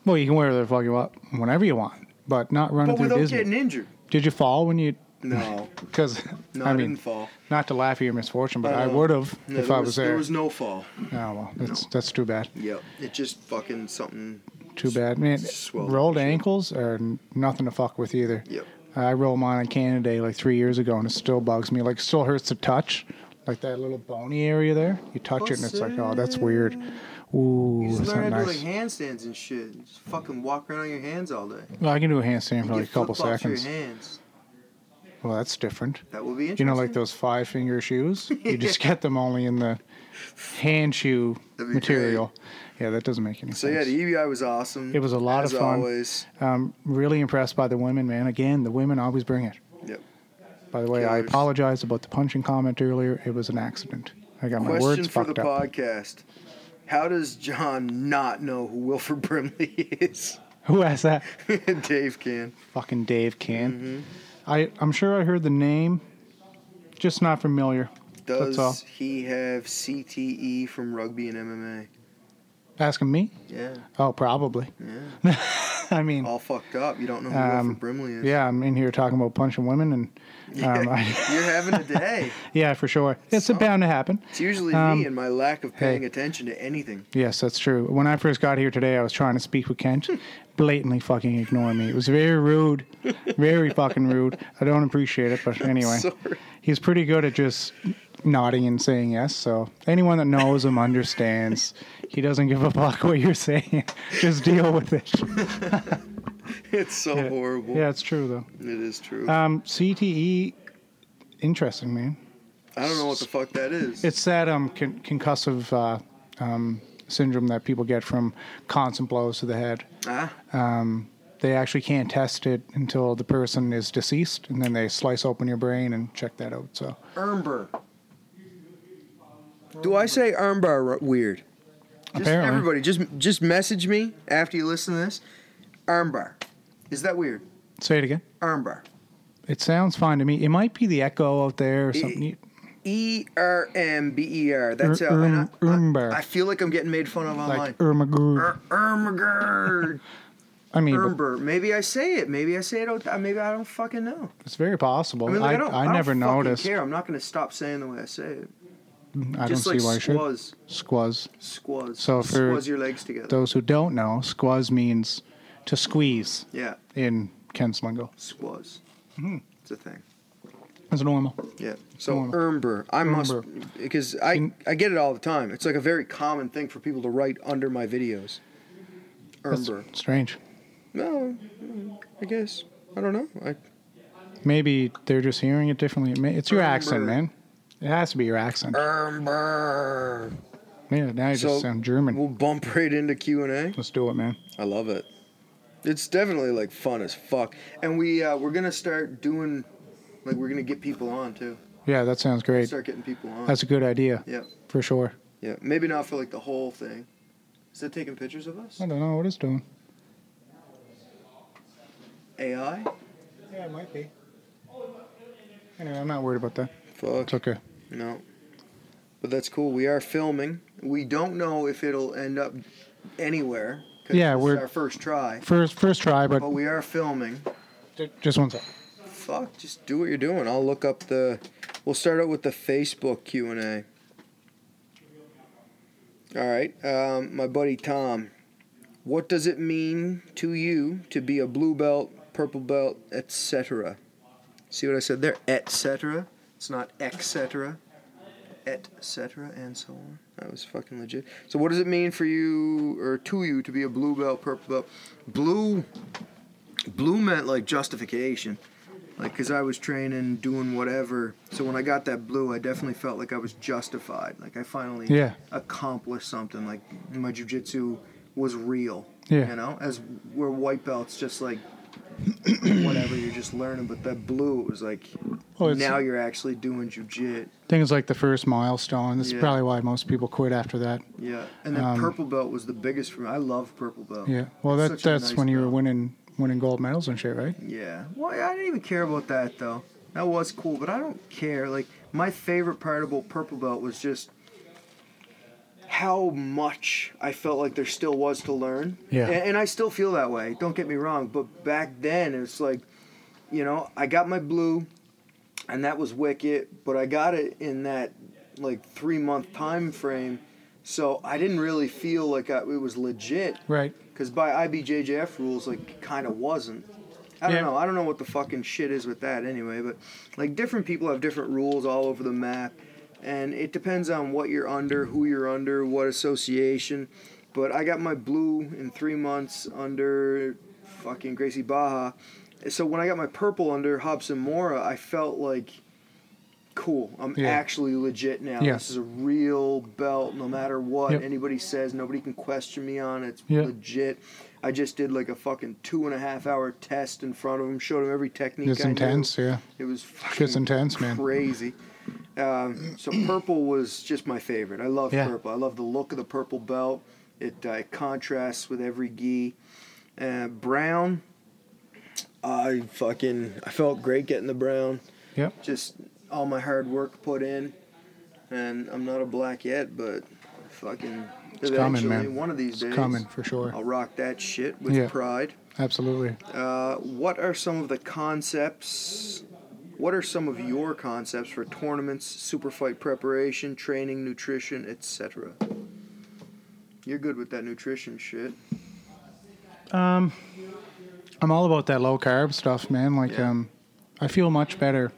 Speaker 2: Well, you can wear the fuck you want whenever you want, but not running
Speaker 1: but
Speaker 2: through
Speaker 1: without
Speaker 2: Disney.
Speaker 1: getting injured.
Speaker 2: Did you fall when you?
Speaker 1: No,
Speaker 2: Because
Speaker 1: no, I,
Speaker 2: I mean,
Speaker 1: didn't fall.
Speaker 2: not to laugh at your misfortune, but
Speaker 1: I
Speaker 2: I
Speaker 1: know.
Speaker 2: would have
Speaker 1: No,
Speaker 2: if
Speaker 1: there
Speaker 2: I was, there.
Speaker 1: There was no fall.
Speaker 2: oh well, that's that's too bad.
Speaker 1: Yep. It just fucking something.
Speaker 2: Too bad, man.
Speaker 1: swelled
Speaker 2: Rolled
Speaker 1: up, sure.
Speaker 2: ankles are n- nothing to fuck with either.
Speaker 1: Yep.
Speaker 2: I rolled mine on Canada Day like three years ago, and it still bugs me. Like, still hurts to touch, like that little bony area there. You touch it, and it's like, oh, that's weird. Ooh,
Speaker 1: You just
Speaker 2: it's
Speaker 1: learn
Speaker 2: not
Speaker 1: how to
Speaker 2: nice.
Speaker 1: do like handstands and shit. Just fucking walk around on your hands all day.
Speaker 2: Well, I can do a handstand
Speaker 1: You
Speaker 2: for like a
Speaker 1: get
Speaker 2: couple
Speaker 1: flip-flops for
Speaker 2: seconds.
Speaker 1: Your hands.
Speaker 2: Well, that's different.
Speaker 1: That will be
Speaker 2: You
Speaker 1: interesting.
Speaker 2: know, like those five finger shoes. You just get them only in the hand shoe
Speaker 1: That'd be
Speaker 2: material. Yeah, that doesn't make any
Speaker 1: So yeah,
Speaker 2: sense.
Speaker 1: the EBI was awesome.
Speaker 2: It was a lot
Speaker 1: as
Speaker 2: of fun.
Speaker 1: Always.
Speaker 2: um, really impressed by the women, man. Again, the women always bring it.
Speaker 1: Yep.
Speaker 2: By the way, I
Speaker 1: Killers.
Speaker 2: apologize about the punching comment earlier. It was an accident. I got my
Speaker 1: Question
Speaker 2: words
Speaker 1: for the
Speaker 2: fucked up.
Speaker 1: podcast: How does John not know who Wilford Brimley is?
Speaker 2: Who asked that?
Speaker 1: Dave can.
Speaker 2: Fucking Dave Can.
Speaker 1: Mm-hmm.
Speaker 2: I I'm sure I heard the name, just not familiar. That's all.
Speaker 1: Does he have CTE from rugby and MMA?
Speaker 2: Asking me?
Speaker 1: Yeah,
Speaker 2: Oh, probably.
Speaker 1: yeah.
Speaker 2: I mean,
Speaker 1: All fucked up. You don't know who
Speaker 2: Um,
Speaker 1: Wilford Brimley is.
Speaker 2: yeah, I'm in here talking about punching women, and
Speaker 1: Yeah,
Speaker 2: um, I,
Speaker 1: You're having a day.
Speaker 2: yeah, for sure, it's
Speaker 1: Some-
Speaker 2: bound to happen.
Speaker 1: It's usually
Speaker 2: Um,
Speaker 1: me and my lack of
Speaker 2: hey.
Speaker 1: paying attention to anything.
Speaker 2: Yes, that's true. When I first got here today, I was trying to speak with Kent, blatantly fucking ignoring me. It was very rude, very fucking rude. I don't appreciate it, but anyway,
Speaker 1: Sorry.
Speaker 2: he's pretty good at just nodding and saying yes. So anyone that knows him understands. He doesn't give a fuck what you're saying. just deal with it.
Speaker 1: It's so horrible.
Speaker 2: Yeah, it's true though.
Speaker 1: It is true.
Speaker 2: Um, CTE, interesting man.
Speaker 1: I don't know what the fuck that is.
Speaker 2: It's that um, con- concussive uh, um, syndrome that people get from constant blows to the head.
Speaker 1: ah,
Speaker 2: Um, they actually can't test it until the person is deceased, and then they slice open your brain and check that out. So
Speaker 1: Ermber. Do I say Ermber weird? Just
Speaker 2: Apparently.
Speaker 1: everybody, just just message me after you listen to this. Ermber. Is that weird?
Speaker 2: say it again.
Speaker 1: Ermber.
Speaker 2: It sounds fine to me. It might be the echo out there or something. You-
Speaker 1: E R M B E R. That's
Speaker 2: Er-
Speaker 1: how and
Speaker 2: erm-
Speaker 1: I- I-
Speaker 2: ermber.
Speaker 1: I, feel like I'm getting made fun of online.
Speaker 2: like Ermagerd.
Speaker 1: Er, Erm- Ermgerd.
Speaker 2: I mean, but
Speaker 1: Ermber. Maybe I say it. Maybe I say it. out- uh, Maybe I don't fucking know.
Speaker 2: it's very possible.
Speaker 1: I
Speaker 2: I,
Speaker 1: mean, like, I, don't.
Speaker 2: I,
Speaker 1: don't
Speaker 2: never
Speaker 1: fucking
Speaker 2: noticed.
Speaker 1: Care. I'm not gonna stop saying the way I say it.
Speaker 2: I don't
Speaker 1: Just
Speaker 2: see
Speaker 1: like
Speaker 2: why I should.
Speaker 1: squaz,
Speaker 2: Squaz.
Speaker 1: squaz.
Speaker 2: So for
Speaker 1: squaz your legs together.
Speaker 2: Those who don't know, squaz means to squeeze
Speaker 1: yeah,
Speaker 2: in Kent's lingo.
Speaker 1: squaz.
Speaker 2: Hmm.
Speaker 1: It's a thing.
Speaker 2: It's normal.
Speaker 1: Yeah. So
Speaker 2: Normal.
Speaker 1: ermber. I must
Speaker 2: Ermber.
Speaker 1: because I I get it all the time. It's like a very common thing for people to write under my videos.
Speaker 2: That's
Speaker 1: Ermber.
Speaker 2: strange.
Speaker 1: No, I guess I don't know. I
Speaker 2: Maybe they're just hearing it differently. It may- It's your accent,
Speaker 1: Ermber.
Speaker 2: man. It has to be your accent.
Speaker 1: ermber.
Speaker 2: Yeah, now you
Speaker 1: Er- So-
Speaker 2: just sound German.
Speaker 1: We'll bump right into Q and A.
Speaker 2: Let's do it, man.
Speaker 1: I love it. It's definitely like fun as fuck, and we uh, we're gonna start doing like we're gonna get people on too.
Speaker 2: Yeah, that sounds great.
Speaker 1: Start getting people on.
Speaker 2: That's a good idea.
Speaker 1: Yeah.
Speaker 2: For sure.
Speaker 1: yeah, maybe not for like the whole thing. Is that taking pictures of us?
Speaker 2: I don't know what it's doing.
Speaker 1: AI?
Speaker 2: Yeah, it might be. Anyway, I'm not worried about that.
Speaker 1: Fuck
Speaker 2: It's okay.
Speaker 1: no. But that's cool. We are filming. We don't know if it'll end up anywhere. 'cause
Speaker 2: Yeah,
Speaker 1: this is
Speaker 2: we're-
Speaker 1: our first try.
Speaker 2: First, first try, but
Speaker 1: But we are filming.
Speaker 2: j- just one sec.
Speaker 1: Fuck, just do what you're doing. I'll look up the. We'll start out with the Facebook Q and A. All right, um, my buddy Tom. What does it mean to you to be a blue belt, purple belt, etc.? See what I said there? Etc. It's not etc. Etc. And so on. That was fucking legit. So what does it mean for you or to you to be a blue belt, purple belt? Blue. Blue meant like justification Like, because I was training, doing whatever. So when I got that blue, I definitely felt like I was justified. Like, I finally
Speaker 2: Yeah.
Speaker 1: accomplished something. Like, my jujitsu was real.
Speaker 2: Yeah.
Speaker 1: You know, as where white belts just like whatever you're just learning, but that blue it was like
Speaker 2: Well, Oh, it's-
Speaker 1: now you're actually doing jujit.
Speaker 2: I think it's like the first milestone. That's
Speaker 1: Yeah.
Speaker 2: probably why most people quit after that.
Speaker 1: Yeah, and then
Speaker 2: Um,
Speaker 1: purple belt was the biggest for me. I love purple belt.
Speaker 2: Yeah. Well,
Speaker 1: It's
Speaker 2: that,
Speaker 1: such a
Speaker 2: that's
Speaker 1: nice
Speaker 2: when you were
Speaker 1: belt.
Speaker 2: winning winning gold medals and shit, right?
Speaker 1: Yeah. Well, I didn't even care about that though. That was cool, but I don't care. Like my favorite part about Purple Belt was just how much I felt like there still was to learn.
Speaker 2: Yeah.
Speaker 1: A- And, I still feel that way. Don't get me wrong, but back then it's like, you know, I got my blue, and that was wicked. But I got it in that like three month time frame, so I didn't really feel like I, it was legit.
Speaker 2: Right.
Speaker 1: Because by IBJJF rules, like, kind of wasn't. I don't
Speaker 2: Yeah.
Speaker 1: know. I don't know what the fucking shit is with that anyway, but, like, different people have different rules all over the map, and it depends on what you're under, who you're under, what association. But I got my blue in three months under fucking Gracie Baja. So when I got my purple under Hobson Mora, I felt like, cool, I'm
Speaker 2: Yeah.
Speaker 1: actually legit now.
Speaker 2: Yeah.
Speaker 1: This is a real belt, no matter what
Speaker 2: Yep.
Speaker 1: anybody says. Nobody can question me on it. It's
Speaker 2: Yeah.
Speaker 1: legit. I just did like a fucking two and a half hour test in front of him, showed him every technique.
Speaker 2: It's
Speaker 1: I knew.
Speaker 2: intense, yeah.
Speaker 1: It was fucking
Speaker 2: Shit's intense, man.
Speaker 1: Crazy. Um, so purple was just my favorite. I love
Speaker 2: Yeah.
Speaker 1: purple. I love the look of the purple belt. It, uh, it contrasts with every gi. Uh, brown. I fucking I felt great getting the brown
Speaker 2: Yep.
Speaker 1: just all my hard work put in, and I'm not a black yet, but fucking eventually,
Speaker 2: coming, man.
Speaker 1: one of these
Speaker 2: It's
Speaker 1: days,
Speaker 2: coming for sure.
Speaker 1: I'll rock that shit with
Speaker 2: Yeah.
Speaker 1: pride.
Speaker 2: Absolutely.
Speaker 1: Uh, what are some of the concepts? What are some of your concepts for tournaments, super fight preparation, training, nutrition, etc.? You're good with that nutrition shit.
Speaker 2: Um, I'm all about that low carb stuff, man. Like,
Speaker 1: Yeah.
Speaker 2: um, I feel much better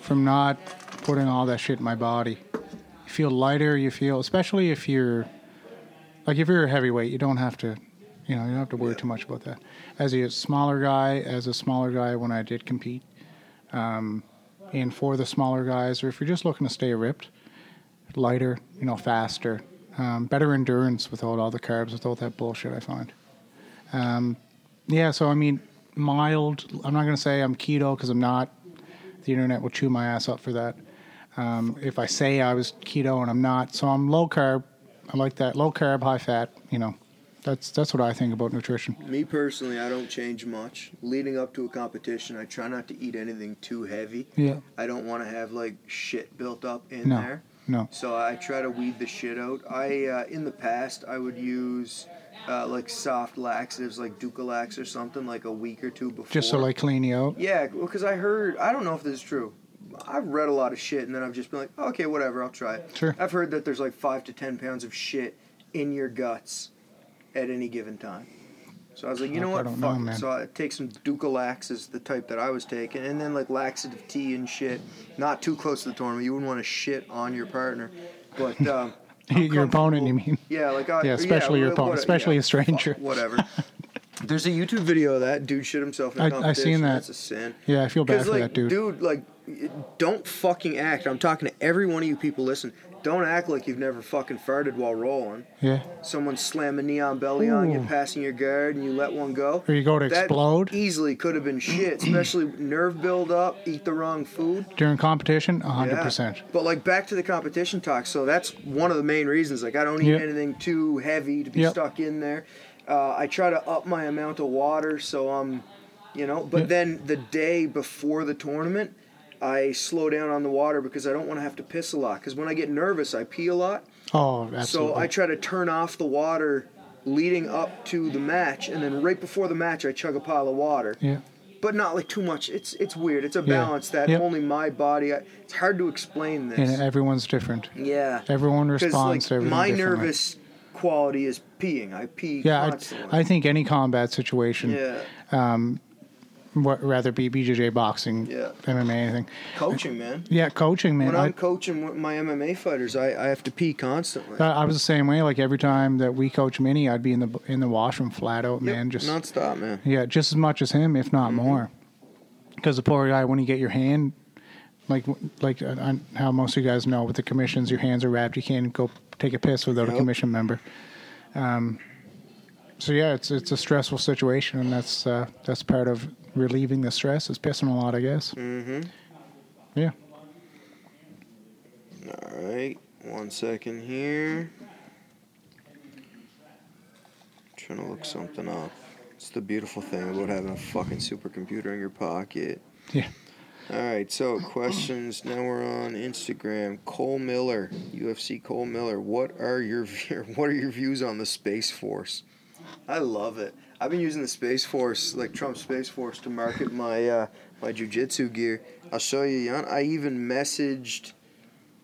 Speaker 2: from not putting all that shit in my body. You feel lighter. You feel, especially if you're, like, if you're a heavyweight, you don't have to, you know, you don't have to worry
Speaker 1: Yeah.
Speaker 2: too much about that. As a smaller guy, as a smaller guy, when I did compete, um, and for the smaller guys, or if you're just looking to stay ripped, lighter, you know, faster, um, better endurance without all the carbs, without that bullshit. I find. Um, Yeah, so I mean, mild. I'm not going to say I'm keto because I'm not. The internet will chew my ass up for that. Um, if I say I was keto and I'm not, so I'm low carb. I like that low carb, high fat. You know, that's that's what I think about nutrition.
Speaker 1: Me personally, I don't change much. Leading up to a competition, I try not to eat anything too heavy.
Speaker 2: Yeah.
Speaker 1: I don't want to have like shit built up in
Speaker 2: No.
Speaker 1: there.
Speaker 2: No.
Speaker 1: So I try to weed the shit out. I uh, in the past I would use uh, like soft laxatives like Ducalax or something like a week or two before.
Speaker 2: Just to like clean you out.
Speaker 1: Yeah, because I heard I don't know if this is true. I've read a lot of shit and then I've just been like, okay, whatever, I'll try it.
Speaker 2: Sure.
Speaker 1: I've heard that there's like five to ten pounds of shit in your guts at any given time. So I was like, you know
Speaker 2: Fuck, I
Speaker 1: what,
Speaker 2: don't know,
Speaker 1: fuck it.
Speaker 2: man.
Speaker 1: So I take some Ducalax is the type that I was taking, and then like laxative tea and shit. Not too close to the tournament. You wouldn't want to shit on your partner, but um, I'm
Speaker 2: Your opponent,
Speaker 1: comfortable-
Speaker 2: you mean?
Speaker 1: Yeah, like I,
Speaker 2: Yeah, especially your
Speaker 1: wha-
Speaker 2: opponent,
Speaker 1: what-
Speaker 2: especially
Speaker 1: yeah,
Speaker 2: a stranger.
Speaker 1: fuck, whatever. There's a YouTube video of that dude shit himself in a
Speaker 2: I- I seen
Speaker 1: competition.
Speaker 2: that.
Speaker 1: That's a sin.
Speaker 2: Yeah, I feel bad
Speaker 1: 'Cause,
Speaker 2: for
Speaker 1: like,
Speaker 2: that dude.
Speaker 1: Dude, like, don't fucking act. I'm talking to every one of you people. Listen, don't act like you've never fucking farted while rolling.
Speaker 2: Yeah.
Speaker 1: Someone slam a neon belly on you,
Speaker 2: Ooh.
Speaker 1: passing your guard, and you let one go.
Speaker 2: Or you go to
Speaker 1: That
Speaker 2: explode.
Speaker 1: Easily could have been shit, especially nerve buildup, eat the wrong food.
Speaker 2: During competition, hundred
Speaker 1: Yeah.
Speaker 2: percent.
Speaker 1: But like back to the competition talk. So that's one of the main reasons. Like I don't eat
Speaker 2: Yeah.
Speaker 1: anything too heavy to be
Speaker 2: Yep.
Speaker 1: stuck in there. Uh, I try to up my amount of water, so I'm, you know. But
Speaker 2: Yeah.
Speaker 1: then the day before the tournament, I slow down on the water because I don't want to have to piss a lot. Because when I get nervous, I pee a lot.
Speaker 2: Oh, absolutely.
Speaker 1: So I try to turn off the water leading up to the match, and then right before the match, I chug a pile of water
Speaker 2: yeah.
Speaker 1: but not like too much. It's it's weird. It's a
Speaker 2: Yeah.
Speaker 1: balance that
Speaker 2: Yep.
Speaker 1: only my body. I, it's hard to explain this.
Speaker 2: And everyone's different.
Speaker 1: yeah,
Speaker 2: Everyone
Speaker 1: because
Speaker 2: responds
Speaker 1: like
Speaker 2: to everything
Speaker 1: my
Speaker 2: differently.
Speaker 1: nervous quality is peeing. I pee
Speaker 2: Yeah,
Speaker 1: constantly.
Speaker 2: I, I think any combat situation.
Speaker 1: yeah,
Speaker 2: what rather be BJJ boxing,
Speaker 1: Yeah.
Speaker 2: MMA, anything.
Speaker 1: coaching man.
Speaker 2: Yeah, coaching, man.
Speaker 1: When
Speaker 2: I,
Speaker 1: I'm coaching with my MMA fighters, I, I have to pee constantly.
Speaker 2: I was the same way. Like every time that we coach Mini, I'd be in the in the washroom flat out,
Speaker 1: Yep,
Speaker 2: man. Just
Speaker 1: nonstop, man. Mm-hmm.
Speaker 2: yeah, just as much as him, if not more. because the poor guy, when you get your hand, like like uh, on how most of you guys know, with the commissions, your hands are wrapped. You can't go take a piss without
Speaker 1: Yep.
Speaker 2: a commission member. Um, so yeah, it's it's a stressful situation, and that's uh, that's part of relieving the stress is pissing a lot, I guess.
Speaker 1: Mm.
Speaker 2: Mm-hmm. Yeah.
Speaker 1: All right, one second here. trying to look something up. It's the beautiful thing about having a fucking supercomputer in your pocket.
Speaker 2: Yeah.
Speaker 1: All right, so questions. Now we're on Instagram. Cole Miller, UFC Cole Miller. What are your what are your views on the Space Force? I love it. I've been using the Space Force, like Trump Space Force, to market my uh, my jujitsu gear. I'll show you, Jan. I even messaged,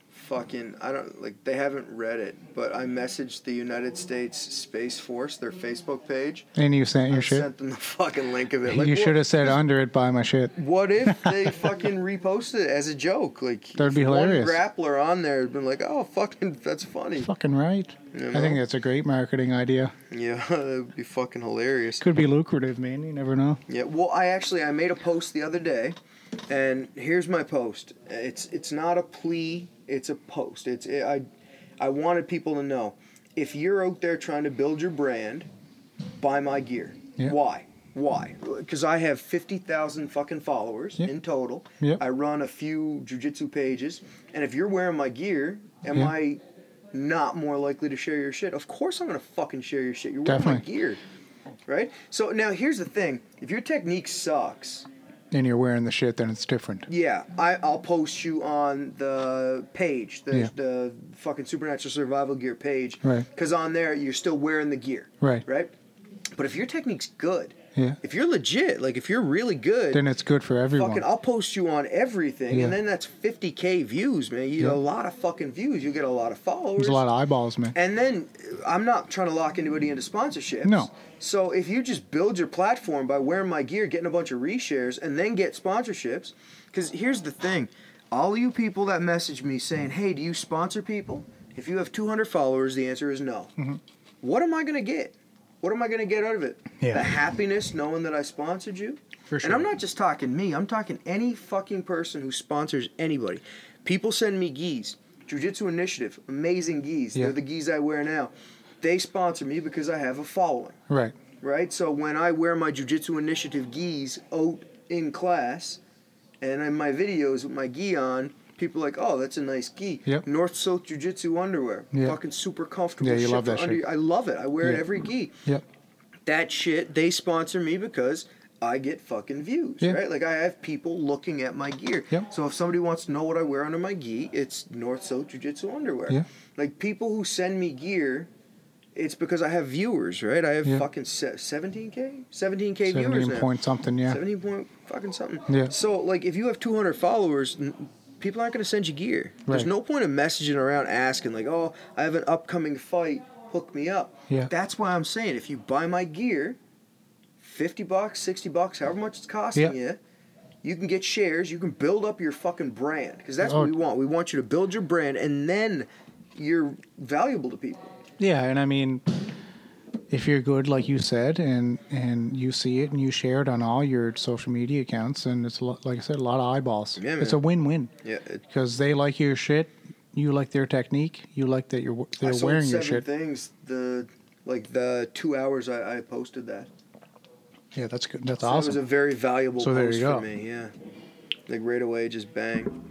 Speaker 1: fucking, I don't like they haven't read it, but I messaged the United States Space Force, their Facebook page.
Speaker 2: And you sent your
Speaker 1: I
Speaker 2: shit.
Speaker 1: sent them the fucking link of it. Like,
Speaker 2: you
Speaker 1: what-
Speaker 2: should have said under it by my shit.
Speaker 1: what if they fucking reposted it as a joke? Like
Speaker 2: That'd be
Speaker 1: if one
Speaker 2: hilarious.
Speaker 1: grappler on there had been like, "Oh, fucking, that's funny."
Speaker 2: Fucking right.
Speaker 1: Mm. You
Speaker 2: I think
Speaker 1: know?
Speaker 2: that's a great marketing idea.
Speaker 1: Yeah, that'd be fucking hilarious.
Speaker 2: Could be lucrative, man. You never know.
Speaker 1: Yeah. Well, I actually I made a post the other day, and here's my post. It's it's not a plea. It's a post. It's it, I I wanted people to know if you're out there trying to build your brand, buy my gear.
Speaker 2: Yeah.
Speaker 1: Why? Why? Because I have fifty thousand fucking followers
Speaker 2: Yeah.
Speaker 1: in total.
Speaker 2: Yeah.
Speaker 1: I run a few jujitsu pages, and if you're wearing my gear, am
Speaker 2: Yeah.
Speaker 1: I not more likely to share your shit? Of course, I'm gonna fucking share your shit. You're wearing my
Speaker 2: Definitely.
Speaker 1: gear right? So now here's the thing: if your technique sucks,
Speaker 2: And you're wearing the shit, then it's different.
Speaker 1: yeah, I, I'll post you on the page, the
Speaker 2: Yeah.
Speaker 1: the fucking supernatural survival gear page,
Speaker 2: Right.
Speaker 1: Because on there you're still wearing the gear,
Speaker 2: Right.
Speaker 1: Right. But if your technique's good,
Speaker 2: Yeah.
Speaker 1: if you're legit, like if you're really good,
Speaker 2: Then it's good for everyone.
Speaker 1: fucking, I'll post you on everything,
Speaker 2: Yeah.
Speaker 1: and then that's 50k views, man. You get
Speaker 2: Yeah.
Speaker 1: a lot of fucking views. You get a lot of followers.
Speaker 2: There's a lot of eyeballs, man.
Speaker 1: And then uh, I'm not trying to lock anybody into sponsorships.
Speaker 2: No.
Speaker 1: So if you just build your platform by wearing my gear, getting a bunch of reshares, and then get sponsorships, because here's the thing all you people that message me saying, hey, do you sponsor people? If you have 200 followers, the answer is no.
Speaker 2: Mm-hmm.
Speaker 1: What am I going to get? What am I going to get out of it?
Speaker 2: Yeah.
Speaker 1: The happiness knowing that I sponsored you?
Speaker 2: For
Speaker 1: And I'm
Speaker 2: sure.
Speaker 1: not just talking me, I'm talking any fucking person who sponsors anybody. People send me geese. Jiu-Jitsu Initiative, amazing geese.
Speaker 2: Yeah.
Speaker 1: They're the geese I wear now. They sponsor me because I have a following,
Speaker 2: Right.
Speaker 1: right? So when I wear my Jiu-Jitsu Initiative geese out in class and in my videos with my gi on, people are like, oh, that's a nice gi.
Speaker 2: Yep.
Speaker 1: North South Jiu-Jitsu underwear.
Speaker 2: Yeah.
Speaker 1: Fucking super comfortable
Speaker 2: Yeah, you
Speaker 1: shit
Speaker 2: love
Speaker 1: for
Speaker 2: that
Speaker 1: under-
Speaker 2: shit.
Speaker 1: I love it. I wear it
Speaker 2: Yeah.
Speaker 1: every gi
Speaker 2: Yep.
Speaker 1: that shit they sponsor me because I get fucking views,
Speaker 2: Yeah.
Speaker 1: right? Like I have people looking at my gear.
Speaker 2: Yep.
Speaker 1: So if somebody wants to know what I wear under my gi, it's North South Jiu Jitsu underwear.
Speaker 2: Yeah.
Speaker 1: Like people who send me gear, it's because I have viewers, right? I have
Speaker 2: Yeah.
Speaker 1: fucking se- 17k, 17k viewers
Speaker 2: Seventeen
Speaker 1: now.
Speaker 2: point something. Yeah.
Speaker 1: 17 point fucking something.
Speaker 2: Yeah.
Speaker 1: So like if you have 200 followers, n- people aren't going to send you gear. There's
Speaker 2: Right.
Speaker 1: no point in messaging around asking like, "Oh, I have an upcoming fight, hook me up."
Speaker 2: Yeah.
Speaker 1: That's why I'm saying if you buy my gear, 50 bucks, 60 bucks, however much it's costing
Speaker 2: Yeah.
Speaker 1: you, you can get shares, you can build up your fucking brand because that's
Speaker 2: Oh.
Speaker 1: what we want. We want you to build your brand and then you're valuable to people.
Speaker 2: Yeah, and I mean, if you're good, like you said, and and you see it and you share it on all your social media accounts, and it's a lot, like I said, a lot of eyeballs.
Speaker 1: Yeah,
Speaker 2: it's a
Speaker 1: man.
Speaker 2: win-win
Speaker 1: Yeah. It,
Speaker 2: because they like your shit, you like their technique, you like that you're
Speaker 1: I
Speaker 2: they're
Speaker 1: sold
Speaker 2: wearing your
Speaker 1: seven
Speaker 2: shit.
Speaker 1: things the like the 2 hours I, I posted that.
Speaker 2: Yeah, that's good. That's
Speaker 1: So It was a
Speaker 2: awesome.
Speaker 1: very valuable
Speaker 2: So there
Speaker 1: post
Speaker 2: you
Speaker 1: for
Speaker 2: go.
Speaker 1: me. Yeah, like right away, just bang.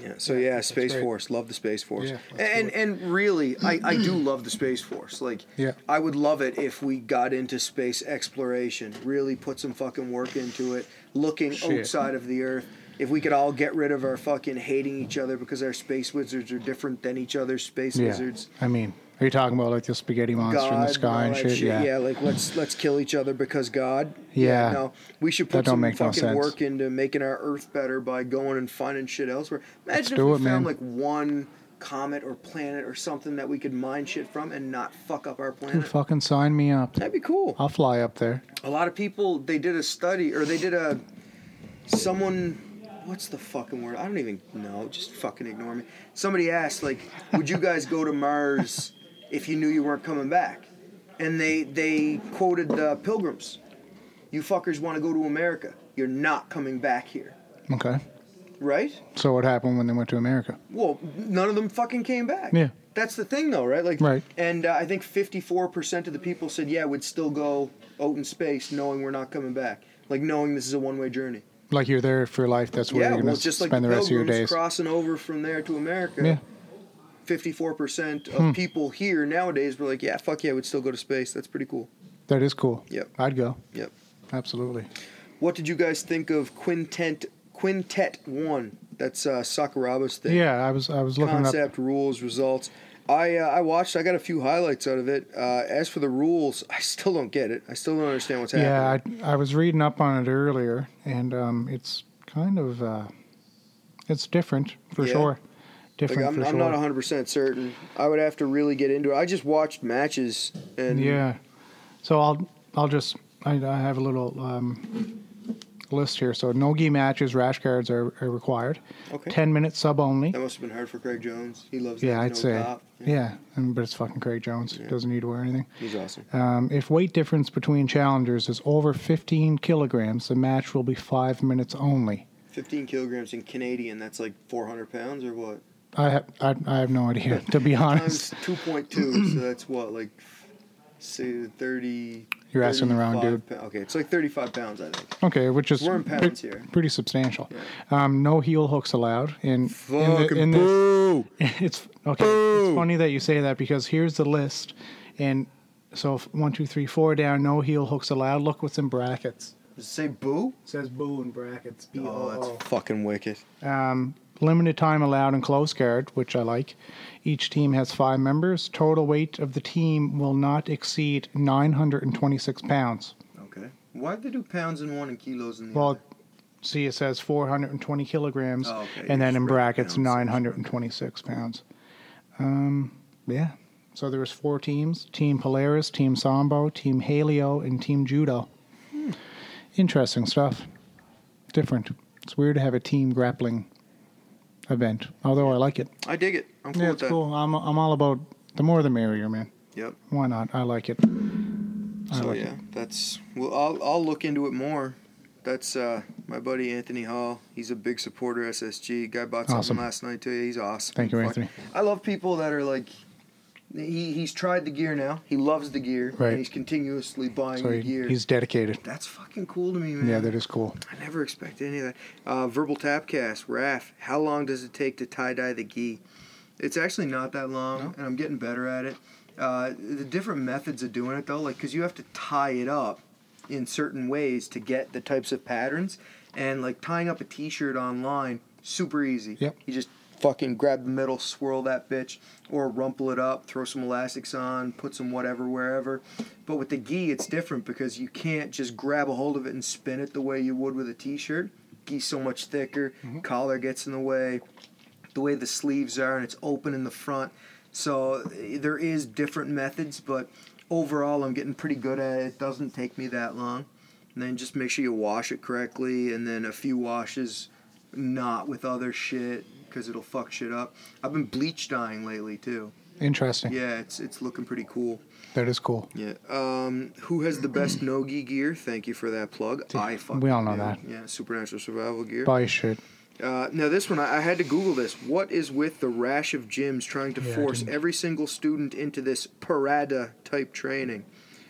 Speaker 1: Yeah. So yeah, Space
Speaker 2: great.
Speaker 1: Force. Love the Space Force.
Speaker 2: Yeah, let's
Speaker 1: and and really, I I do love the Space Force. Like.
Speaker 2: Yeah.
Speaker 1: I would love it if we got into space exploration. Really put some fucking work into it. Looking
Speaker 2: Shit.
Speaker 1: outside of the Earth. If we could all get rid of our fucking hating each other because our space wizards are different than each other's space
Speaker 2: Yeah,
Speaker 1: wizards.
Speaker 2: I mean, are you talking about like the spaghetti monster in the
Speaker 1: God, all
Speaker 2: sky and
Speaker 1: that
Speaker 2: shit? Yeah.
Speaker 1: like let's let's kill each other because God.
Speaker 2: Yeah.
Speaker 1: no, we should
Speaker 2: That
Speaker 1: put
Speaker 2: don't
Speaker 1: some
Speaker 2: make no
Speaker 1: fucking
Speaker 2: sense.
Speaker 1: work into making our Earth better by going and finding shit elsewhere. Imagine if
Speaker 2: do
Speaker 1: we
Speaker 2: it,
Speaker 1: found
Speaker 2: man.
Speaker 1: like one comet or planet or something that we could mine shit from and not fuck up our
Speaker 2: Dude,
Speaker 1: planet.
Speaker 2: fucking sign me up.
Speaker 1: That'd be cool
Speaker 2: I'll fly up there.
Speaker 1: a lot of people they did a study or they did a someone what's the fucking word i don't even know just fucking ignore me somebody asked like would you guys go to mars if you knew you weren't coming back and they they quoted the pilgrims You fuckers want to go to America. You're not coming back here,
Speaker 2: Okay.
Speaker 1: right?
Speaker 2: So what happened when they went to America?
Speaker 1: Well, none of them fucking came back.
Speaker 2: Yeah.
Speaker 1: That's the thing, though, right? Like,
Speaker 2: Right.
Speaker 1: And uh, I think 54% of the people said, yeah, we'd still go out in space knowing we're not coming back. Like, knowing this is a one way journey.
Speaker 2: Like you're there for life. That's where
Speaker 1: yeah,
Speaker 2: you're
Speaker 1: well,
Speaker 2: going
Speaker 1: it's
Speaker 2: to
Speaker 1: just like
Speaker 2: spend
Speaker 1: the,
Speaker 2: the rest of your
Speaker 1: pilgrims
Speaker 2: days.
Speaker 1: crossing over from there to America.
Speaker 2: Yeah. Hmm.
Speaker 1: 54% of people here nowadays were like, yeah, fuck yeah, we'd still go to space. That's pretty cool.
Speaker 2: That is cool.
Speaker 1: Yep.
Speaker 2: I'd go.
Speaker 1: Yep.
Speaker 2: Absolutely.
Speaker 1: What did you guys think of Quintet Quintet One? That's uh, Sakuraba's thing.
Speaker 2: Yeah, I was I was looking it up.
Speaker 1: Concept, rules, results. I uh, I watched. I got a few highlights out of it. Uh, as for the rules, I still don't get it. I still don't understand what's
Speaker 2: Yeah,
Speaker 1: happening.
Speaker 2: I, I was reading up on it earlier, and um, it's kind of uh, it's different for
Speaker 1: Yeah.
Speaker 2: sure.
Speaker 1: Like,
Speaker 2: Different
Speaker 1: I'm,
Speaker 2: for
Speaker 1: I'm
Speaker 2: sure.
Speaker 1: not 100 percent certain. I would have to really get into it. I just watched matches and
Speaker 2: Yeah. So I'll I'll just I, I have a little um, list here. So nogi matches, rash guards are, are required.
Speaker 1: Okay.
Speaker 2: Ten minute sub only.
Speaker 1: That must have been hard for Craig Jones. He loves.
Speaker 2: Yeah,
Speaker 1: that
Speaker 2: I'd
Speaker 1: no
Speaker 2: say.
Speaker 1: cop.
Speaker 2: Yeah, and, but it's fucking Craig Jones. Doesn't need to wear anything.
Speaker 1: he's awesome.
Speaker 2: Um, if weight difference between challengers is over 15 kilograms, the match will be five minutes only.
Speaker 1: 15 kilograms in Canadian. That's like 400 pounds or what?
Speaker 2: I have I, I have no idea to be honest.
Speaker 1: Times 2.2. so that's what like. Say 30.
Speaker 2: You're asking the wrong
Speaker 1: 35
Speaker 2: dude.
Speaker 1: pound- okay, it's like 35 pounds, I think.
Speaker 2: Okay, which is
Speaker 1: We're in
Speaker 2: pre-
Speaker 1: pounds here.
Speaker 2: pretty substantial. Um, no heel hooks allowed. In, in, the,
Speaker 1: Fucking
Speaker 2: in the,
Speaker 1: boo!
Speaker 2: it's okay.
Speaker 1: Boo.
Speaker 2: It's funny that you say that because here's the list, and so f- one, two, three, four down. No heel hooks allowed. Look what's in brackets.
Speaker 1: Does it say boo?
Speaker 2: It says boo in brackets. B O
Speaker 1: Oh,
Speaker 2: O.
Speaker 1: that's fucking wicked.
Speaker 2: Um, limited time allowed in close guard, which I like. Each team has five members. Total weight of the team will not exceed 926 pounds.
Speaker 1: Okay. Why'd they do pounds in one and kilos in the
Speaker 2: Well,
Speaker 1: other?
Speaker 2: see, it says 420 kilograms,
Speaker 1: Oh, okay.
Speaker 2: and then in
Speaker 1: Right,
Speaker 2: brackets,
Speaker 1: pounds.
Speaker 2: 926 pounds. Um, yeah. So there was four teams: Team Polaris, Team Sambo, Team Halio, and Team Judo.
Speaker 1: Hmm.
Speaker 2: Interesting stuff. Different. It's weird to have a team grappling event, although I like it.
Speaker 1: I dig it. I'm cool
Speaker 2: Yeah,
Speaker 1: with
Speaker 2: it's
Speaker 1: that.
Speaker 2: cool. I'm I'm all about the more the merrier, man.
Speaker 1: Yep.
Speaker 2: Why not? I like it. I
Speaker 1: So
Speaker 2: like
Speaker 1: yeah, that's well. I'll I'll look into it more. That's uh, my buddy Anthony Hall. He's a big supporter of SSG. Guy bought something
Speaker 2: Awesome.
Speaker 1: last night too. He's awesome.
Speaker 2: Thank you,
Speaker 1: Fuck.
Speaker 2: Anthony.
Speaker 1: I love people that are like. He, he's tried the gear now. He loves the gear.
Speaker 2: Right.
Speaker 1: And he's continuously buying
Speaker 2: So
Speaker 1: the
Speaker 2: he,
Speaker 1: gear.
Speaker 2: he's dedicated.
Speaker 1: That's fucking cool to me, man.
Speaker 2: Yeah, that is cool.
Speaker 1: I never expected any of that. Uh, verbal tapcast, RAF. How long does it take to tie dye the gi? It's actually not that long, and I'm getting better at it. Uh, the different methods of doing it though, like because you have to tie it up in certain ways to get the types of patterns, and like tying up a T-shirt online, super easy.
Speaker 2: Yep.
Speaker 1: You just fucking grab the middle, swirl that bitch, or rumple it up, throw some elastics on, put some whatever wherever. But with the gi, it's different because you can't just grab a hold of it and spin it the way you would with a t-shirt. Gi's so much thicker, collar gets in the way, the way the sleeves are, and it's open in the front. So eh, there is different methods, but overall, I'm getting pretty good at it. It doesn't take me that long. And then just make sure you wash it correctly, and then a few washes not with other shit because it'll fuck shit up. I've been bleach dyeing lately too.
Speaker 2: Interesting.
Speaker 1: Yeah, it's it's looking pretty cool.
Speaker 2: That is cool.
Speaker 1: Yeah. Um, who has the best nogi gear? Thank you for that plug. I fucking
Speaker 2: we all know
Speaker 1: do.
Speaker 2: that.
Speaker 1: Yeah, supernatural survival gear.
Speaker 2: Buy shit.
Speaker 1: Uh, now this one, I, I had to Google this. What is with the rash of gyms trying to
Speaker 2: Yeah, I
Speaker 1: force
Speaker 2: didn't-
Speaker 1: every single student into this parada type training?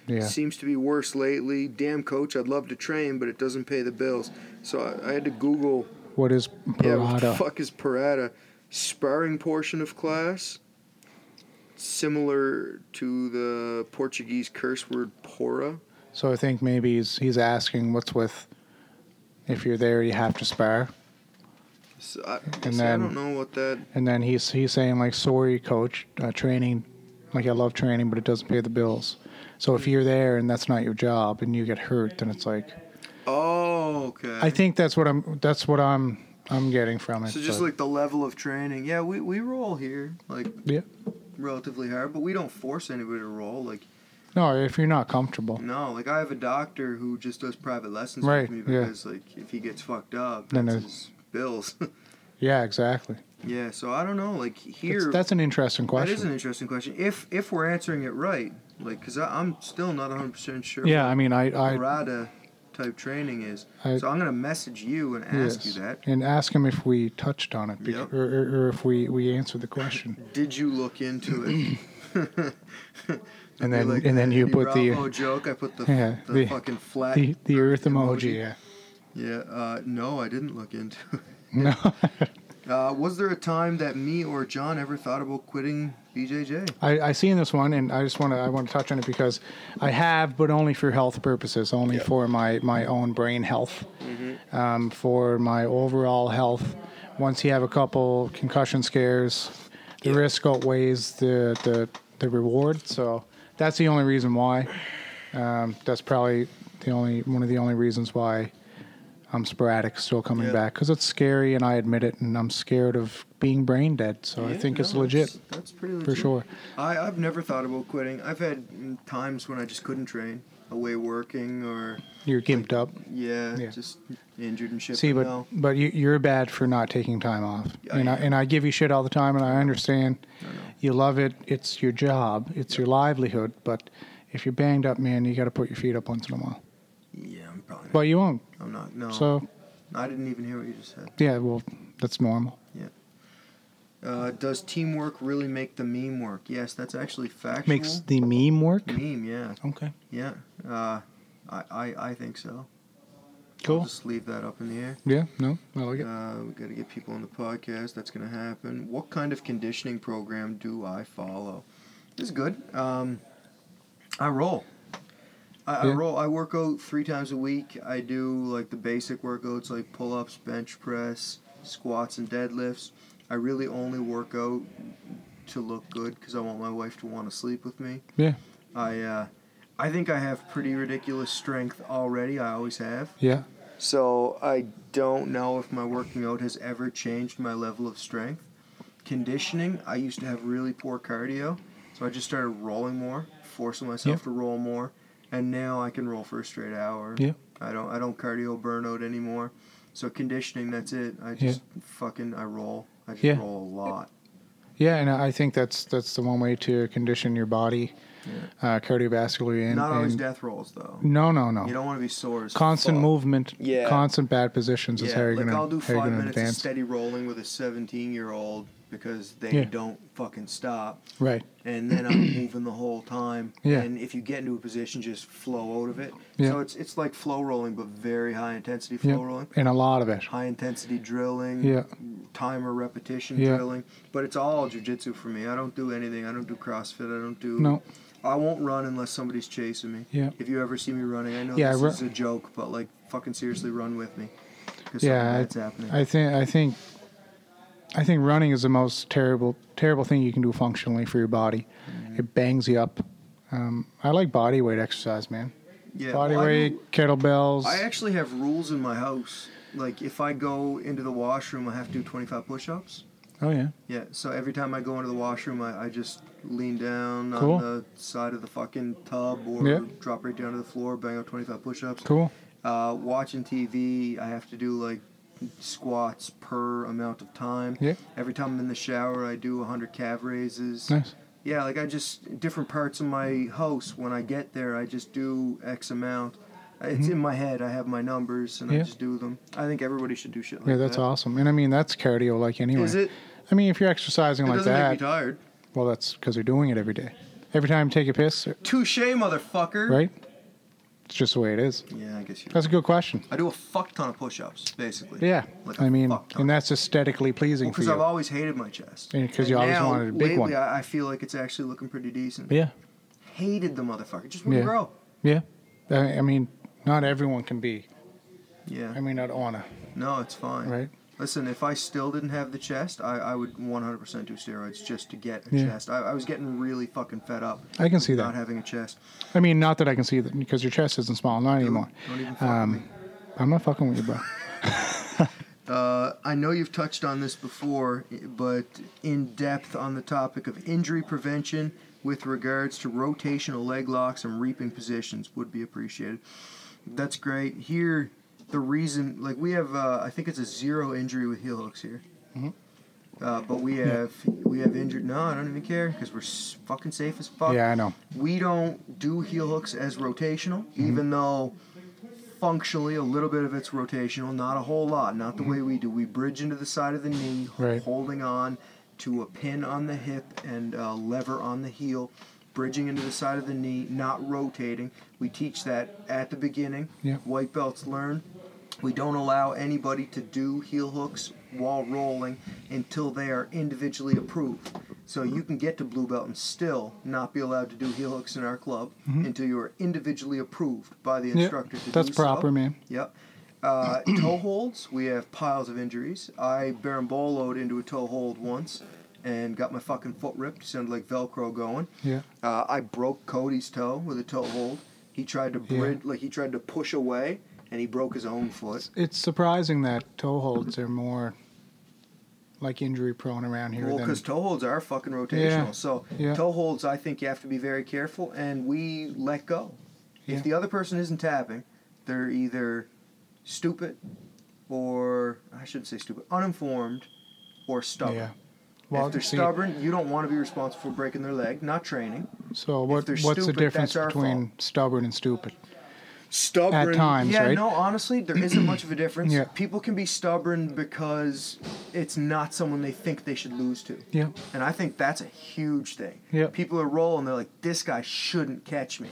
Speaker 2: Yeah.
Speaker 1: Seems to be worse lately. Damn coach, I'd love to train, but it doesn't pay the bills. So I, I had to Google
Speaker 2: What is
Speaker 1: yeah, what the
Speaker 2: parada?
Speaker 1: fuck is parada? Sparring portion of class, similar to the Portuguese curse word pora.
Speaker 2: so I think maybe he's he's asking what's with. If you're there, you have to spar,
Speaker 1: So I,
Speaker 2: And
Speaker 1: so I
Speaker 2: then-
Speaker 1: don't know what that.
Speaker 2: and then he's he's saying like, sorry, coach, uh, training, like I love training, but it doesn't pay the bills. So if you're there and that's not your job and you get hurt, then it's like
Speaker 1: Oh, okay.
Speaker 2: I think that's what I'm that's what I'm I'm getting from it.
Speaker 1: so just
Speaker 2: but-
Speaker 1: like the level of training. Yeah, we, we roll here like
Speaker 2: yeah,
Speaker 1: relatively hard, but we don't force anybody to roll. Like
Speaker 2: no, if you're not comfortable,
Speaker 1: no, like I have a doctor who just does private lessons
Speaker 2: Right,
Speaker 1: with me
Speaker 2: yeah.
Speaker 1: because like if he gets fucked up,
Speaker 2: Then
Speaker 1: that's
Speaker 2: there's-
Speaker 1: his bills.
Speaker 2: yeah, exactly.
Speaker 1: yeah, so I don't know. Like here,
Speaker 2: That's, that's an interesting
Speaker 1: That is an
Speaker 2: question.
Speaker 1: interesting question. If if we're answering it right, like, because I'm still not 100 percent sure.
Speaker 2: Yeah, I mean, I I
Speaker 1: Parada type training is.
Speaker 2: I-
Speaker 1: so I'm gonna message you and ask you that.
Speaker 2: And ask him if we touched on it, bec-
Speaker 1: Yep.
Speaker 2: or, or, or if we, we answered the question.
Speaker 1: Did you look into it?
Speaker 2: And then- and then you put the-
Speaker 1: oh joke. I put the
Speaker 2: Yeah,
Speaker 1: the,
Speaker 2: the-
Speaker 1: fucking flat
Speaker 2: The, the Earth emoji. Yeah.
Speaker 1: Yeah. Uh, no, I didn't look into it.
Speaker 2: No.
Speaker 1: Uh, was there a time that me or John ever thought about quitting BJJ?
Speaker 2: I, I seen this one, and I just want to I want to touch on it because I have, but only for health purposes, only
Speaker 1: Yeah. Mm-hmm.
Speaker 2: for my my own brain health, um, for my overall health. Once you have a couple concussion scares, the risk outweighs the the the reward. So that's the only reason why. Um, that's probably the only one of the only reasons why I'm sporadic, still coming
Speaker 1: Yeah.
Speaker 2: back because it's scary, and I admit it, and I'm scared of being brain dead. So I
Speaker 1: Yeah,
Speaker 2: think it's
Speaker 1: no,
Speaker 2: legit.
Speaker 1: That's, that's pretty legit.
Speaker 2: For sure.
Speaker 1: I, I've never thought about quitting. I've had mm, times when I just couldn't train, away working or
Speaker 2: You're gimped up.
Speaker 1: yeah,
Speaker 2: Yeah.
Speaker 1: just injured and shit.
Speaker 2: See, but
Speaker 1: no,
Speaker 2: but you, you're bad for not taking time off,
Speaker 1: I
Speaker 2: and I,
Speaker 1: am.
Speaker 2: and I give you shit all the time, and I understand.
Speaker 1: I know.
Speaker 2: You love it. It's your job. It's your livelihood. But if you're banged up, man, you got to put your feet up once in a while.
Speaker 1: yeah, I'm probably. Not,
Speaker 2: But you won't.
Speaker 1: I'm not. No,
Speaker 2: So
Speaker 1: I didn't even hear what you just said.
Speaker 2: yeah, well, that's normal.
Speaker 1: Uh, does teamwork really make the meme work? Yes, that's actually factual.
Speaker 2: Makes the meme work.
Speaker 1: meme, yeah,
Speaker 2: Okay.
Speaker 1: yeah. Uh, I, I, I think so. I'll
Speaker 2: Cool.
Speaker 1: just leave that up in the air.
Speaker 2: Yeah. No. I like it.
Speaker 1: Uh, we got to get people on the podcast. That's going to happen. What kind of conditioning program do I follow? This is good. Um, I roll. I, I
Speaker 2: Yeah.
Speaker 1: roll. I work out three times a week. I do like the basic workouts like pull ups, bench press, squats, and deadlifts. I really only work out to look good because I want my wife to want to sleep with me.
Speaker 2: Yeah.
Speaker 1: I uh, I think I have pretty ridiculous strength already. I always have.
Speaker 2: Yeah.
Speaker 1: So I don't know if my working out has ever changed my level of strength. Conditioning, I used to have really poor cardio, so I just started rolling more, forcing myself
Speaker 2: Yeah.
Speaker 1: to roll more, and now I can roll for a straight hour.
Speaker 2: Yeah.
Speaker 1: I don't I don't cardio burnout anymore. So conditioning, that's it. I just fucking I roll. I just
Speaker 2: Yeah.
Speaker 1: roll a lot.
Speaker 2: Yeah. And I think that's that's the one way to condition your body, uh, cardiovascularly and,
Speaker 1: Not always
Speaker 2: and-
Speaker 1: death rolls though.
Speaker 2: no, no, no.
Speaker 1: You don't want to be sore. As
Speaker 2: constant
Speaker 1: fuck.
Speaker 2: movement,
Speaker 1: Yeah.
Speaker 2: constant bad positions is
Speaker 1: Yeah,
Speaker 2: how you're
Speaker 1: like
Speaker 2: gonna
Speaker 1: I'll do
Speaker 2: how you're
Speaker 1: five
Speaker 2: gonna
Speaker 1: minutes of
Speaker 2: advance.
Speaker 1: steady rolling with a 17 year old because they
Speaker 2: Yeah.
Speaker 1: don't fucking stop.
Speaker 2: Right.
Speaker 1: and then I'm moving the whole time.
Speaker 2: Yeah.
Speaker 1: And if you get into a position, just flow out of it.
Speaker 2: Yeah.
Speaker 1: So it's it's like flow rolling, but very high intensity flow
Speaker 2: Yeah.
Speaker 1: rolling.
Speaker 2: And a lot of it.
Speaker 1: High intensity drilling.
Speaker 2: Yeah.
Speaker 1: Timer repetition
Speaker 2: Yeah.
Speaker 1: drilling. But it's all jujitsu for me. I don't do anything. I don't do CrossFit. I don't do.
Speaker 2: No.
Speaker 1: I won't run unless somebody's chasing me.
Speaker 2: Yeah.
Speaker 1: If you ever see me running, I know
Speaker 2: Yeah, I
Speaker 1: this
Speaker 2: ru-
Speaker 1: is a joke, but like fucking seriously, run with me. 'Cause something
Speaker 2: Yeah, I-
Speaker 1: bad's happening.
Speaker 2: I think I think I think running is the most terrible terrible thing you can do functionally for your body.
Speaker 1: Mm-hmm.
Speaker 2: It bangs you up. Um, I like body weight exercise, man.
Speaker 1: yeah,
Speaker 2: body
Speaker 1: well, I do-
Speaker 2: weight, kettlebells.
Speaker 1: I actually have rules in my house. Like if I go into the washroom, I have to do 25 push-ups.
Speaker 2: oh yeah.
Speaker 1: Yeah. So every time I go into the washroom, I, I just lean down
Speaker 2: Cool.
Speaker 1: on the side of the fucking tub or
Speaker 2: Yeah.
Speaker 1: drop right down to the floor, bang out 25 push-ups.
Speaker 2: Cool.
Speaker 1: Uh, watching TV, I have to do like squats per amount of time.
Speaker 2: Yeah.
Speaker 1: Every time I'm in the shower, I do 100 calf raises.
Speaker 2: Nice.
Speaker 1: Yeah, like I just different parts of my house. When I get there, I just do X amount. Uh, It's in my head. I have my numbers, and I
Speaker 2: Mm-hmm. Yeah.
Speaker 1: just do them. I think everybody should do shit like
Speaker 2: Yeah,
Speaker 1: that.
Speaker 2: that's awesome. And I mean that's cardio like anyway.
Speaker 1: Is it?
Speaker 2: I mean if you're exercising
Speaker 1: It
Speaker 2: like
Speaker 1: doesn't
Speaker 2: that,
Speaker 1: make me tired.
Speaker 2: well that's cuz you're doing it every day. Every time you take a piss,
Speaker 1: Touche, motherfucker.
Speaker 2: right? It's just the way it is.
Speaker 1: Yeah, I guess you.
Speaker 2: That's a good question.
Speaker 1: I do a fuck ton of push-ups, basically.
Speaker 2: Yeah,
Speaker 1: Like a
Speaker 2: I mean,
Speaker 1: fuck ton.
Speaker 2: and that's aesthetically pleasing
Speaker 1: because
Speaker 2: for
Speaker 1: I've
Speaker 2: you.
Speaker 1: always hated my chest.
Speaker 2: And 'cause
Speaker 1: And
Speaker 2: you always
Speaker 1: now,
Speaker 2: wanted a big one.
Speaker 1: lately, I, I feel like it's actually looking pretty decent.
Speaker 2: yeah,
Speaker 1: Hated the motherfucker. Just wouldn't
Speaker 2: Yeah.
Speaker 1: grow.
Speaker 2: yeah. I, I mean, not everyone can be.
Speaker 1: Yeah.
Speaker 2: I mean, not Anna,
Speaker 1: No, it's fine.
Speaker 2: right?
Speaker 1: Listen, if I still didn't have the chest, I, I would 100% do steroids just to get a
Speaker 2: Yeah.
Speaker 1: chest. I, I was getting really fucking fed up.
Speaker 2: I can see
Speaker 1: with Not
Speaker 2: that.
Speaker 1: having a chest.
Speaker 2: I mean, not that I can see that because your chest isn't small, not
Speaker 1: Dude,
Speaker 2: anymore.
Speaker 1: Don't even fuck with me.
Speaker 2: Um, I'm not fucking with you, bro.
Speaker 1: Uh, I know you've touched on this before, but in depth on the topic of injury prevention with regards to rotational leg locks and reaping positions would be appreciated. That's great. Here, the reason, like we have, uh, I think it's a zero injury with heel hooks here. Uh, but we have we have injured. No, I don't even care because we're s- fucking safe as fuck
Speaker 2: Yeah, I know. Mm-hmm.
Speaker 1: we don't do heel hooks as rotational, even though functionally a little bit of it's rotational, not a whole lot, not the way we do. We bridge into the side of the knee,
Speaker 2: Mm-hmm. Right.
Speaker 1: holding on to a pin on the hip and a lever on the heel, bridging into the side of the knee, not rotating. We teach that at the beginning.
Speaker 2: Yeah.
Speaker 1: White belts learn. We don't allow anybody to do heel hooks while rolling until they are individually approved. So you can get to blue belt and still not be allowed to do heel hooks in our club until you are individually approved by the
Speaker 2: Mm-hmm. Yeah,
Speaker 1: instructor to
Speaker 2: that's
Speaker 1: do so.
Speaker 2: proper, man.
Speaker 1: Yep. Uh, toe holds, we have piles of injuries. I baramboloed into a toe hold once and got my fucking foot ripped. Sounded like Velcro going.
Speaker 2: Yeah.
Speaker 1: Uh, I broke Cody's toe with a toe hold. He tried to
Speaker 2: Yeah.
Speaker 1: bridge, like he tried to push away, and he broke his own foot.
Speaker 2: It's surprising that toe holds are more like injury prone around here
Speaker 1: Well,
Speaker 2: than
Speaker 1: because toe holds are fucking rotational.
Speaker 2: Yeah.
Speaker 1: So
Speaker 2: Yeah.
Speaker 1: toe holds, I think you have to be very careful, and we let go.
Speaker 2: Yeah.
Speaker 1: If the other person isn't tapping, they're either stupid, or I shouldn't say stupid, uninformed, or stubborn.
Speaker 2: yeah.
Speaker 1: Well,
Speaker 2: Well,
Speaker 1: if they're
Speaker 2: see,
Speaker 1: stubborn, you don't want to be responsible for breaking their leg, not training.
Speaker 2: so what?
Speaker 1: they're
Speaker 2: What's the
Speaker 1: stupid,
Speaker 2: difference
Speaker 1: that's our
Speaker 2: between stubborn and stupid?
Speaker 1: Stubborn
Speaker 2: At times,
Speaker 1: yeah,
Speaker 2: right?
Speaker 1: no, honestly, there isn't much of a difference.
Speaker 2: Yeah.
Speaker 1: People can be stubborn because it's not someone they think they should lose to.
Speaker 2: Yeah,
Speaker 1: And I think that's a huge thing.
Speaker 2: Yeah.
Speaker 1: People are rolling, they're like, this guy shouldn't catch me.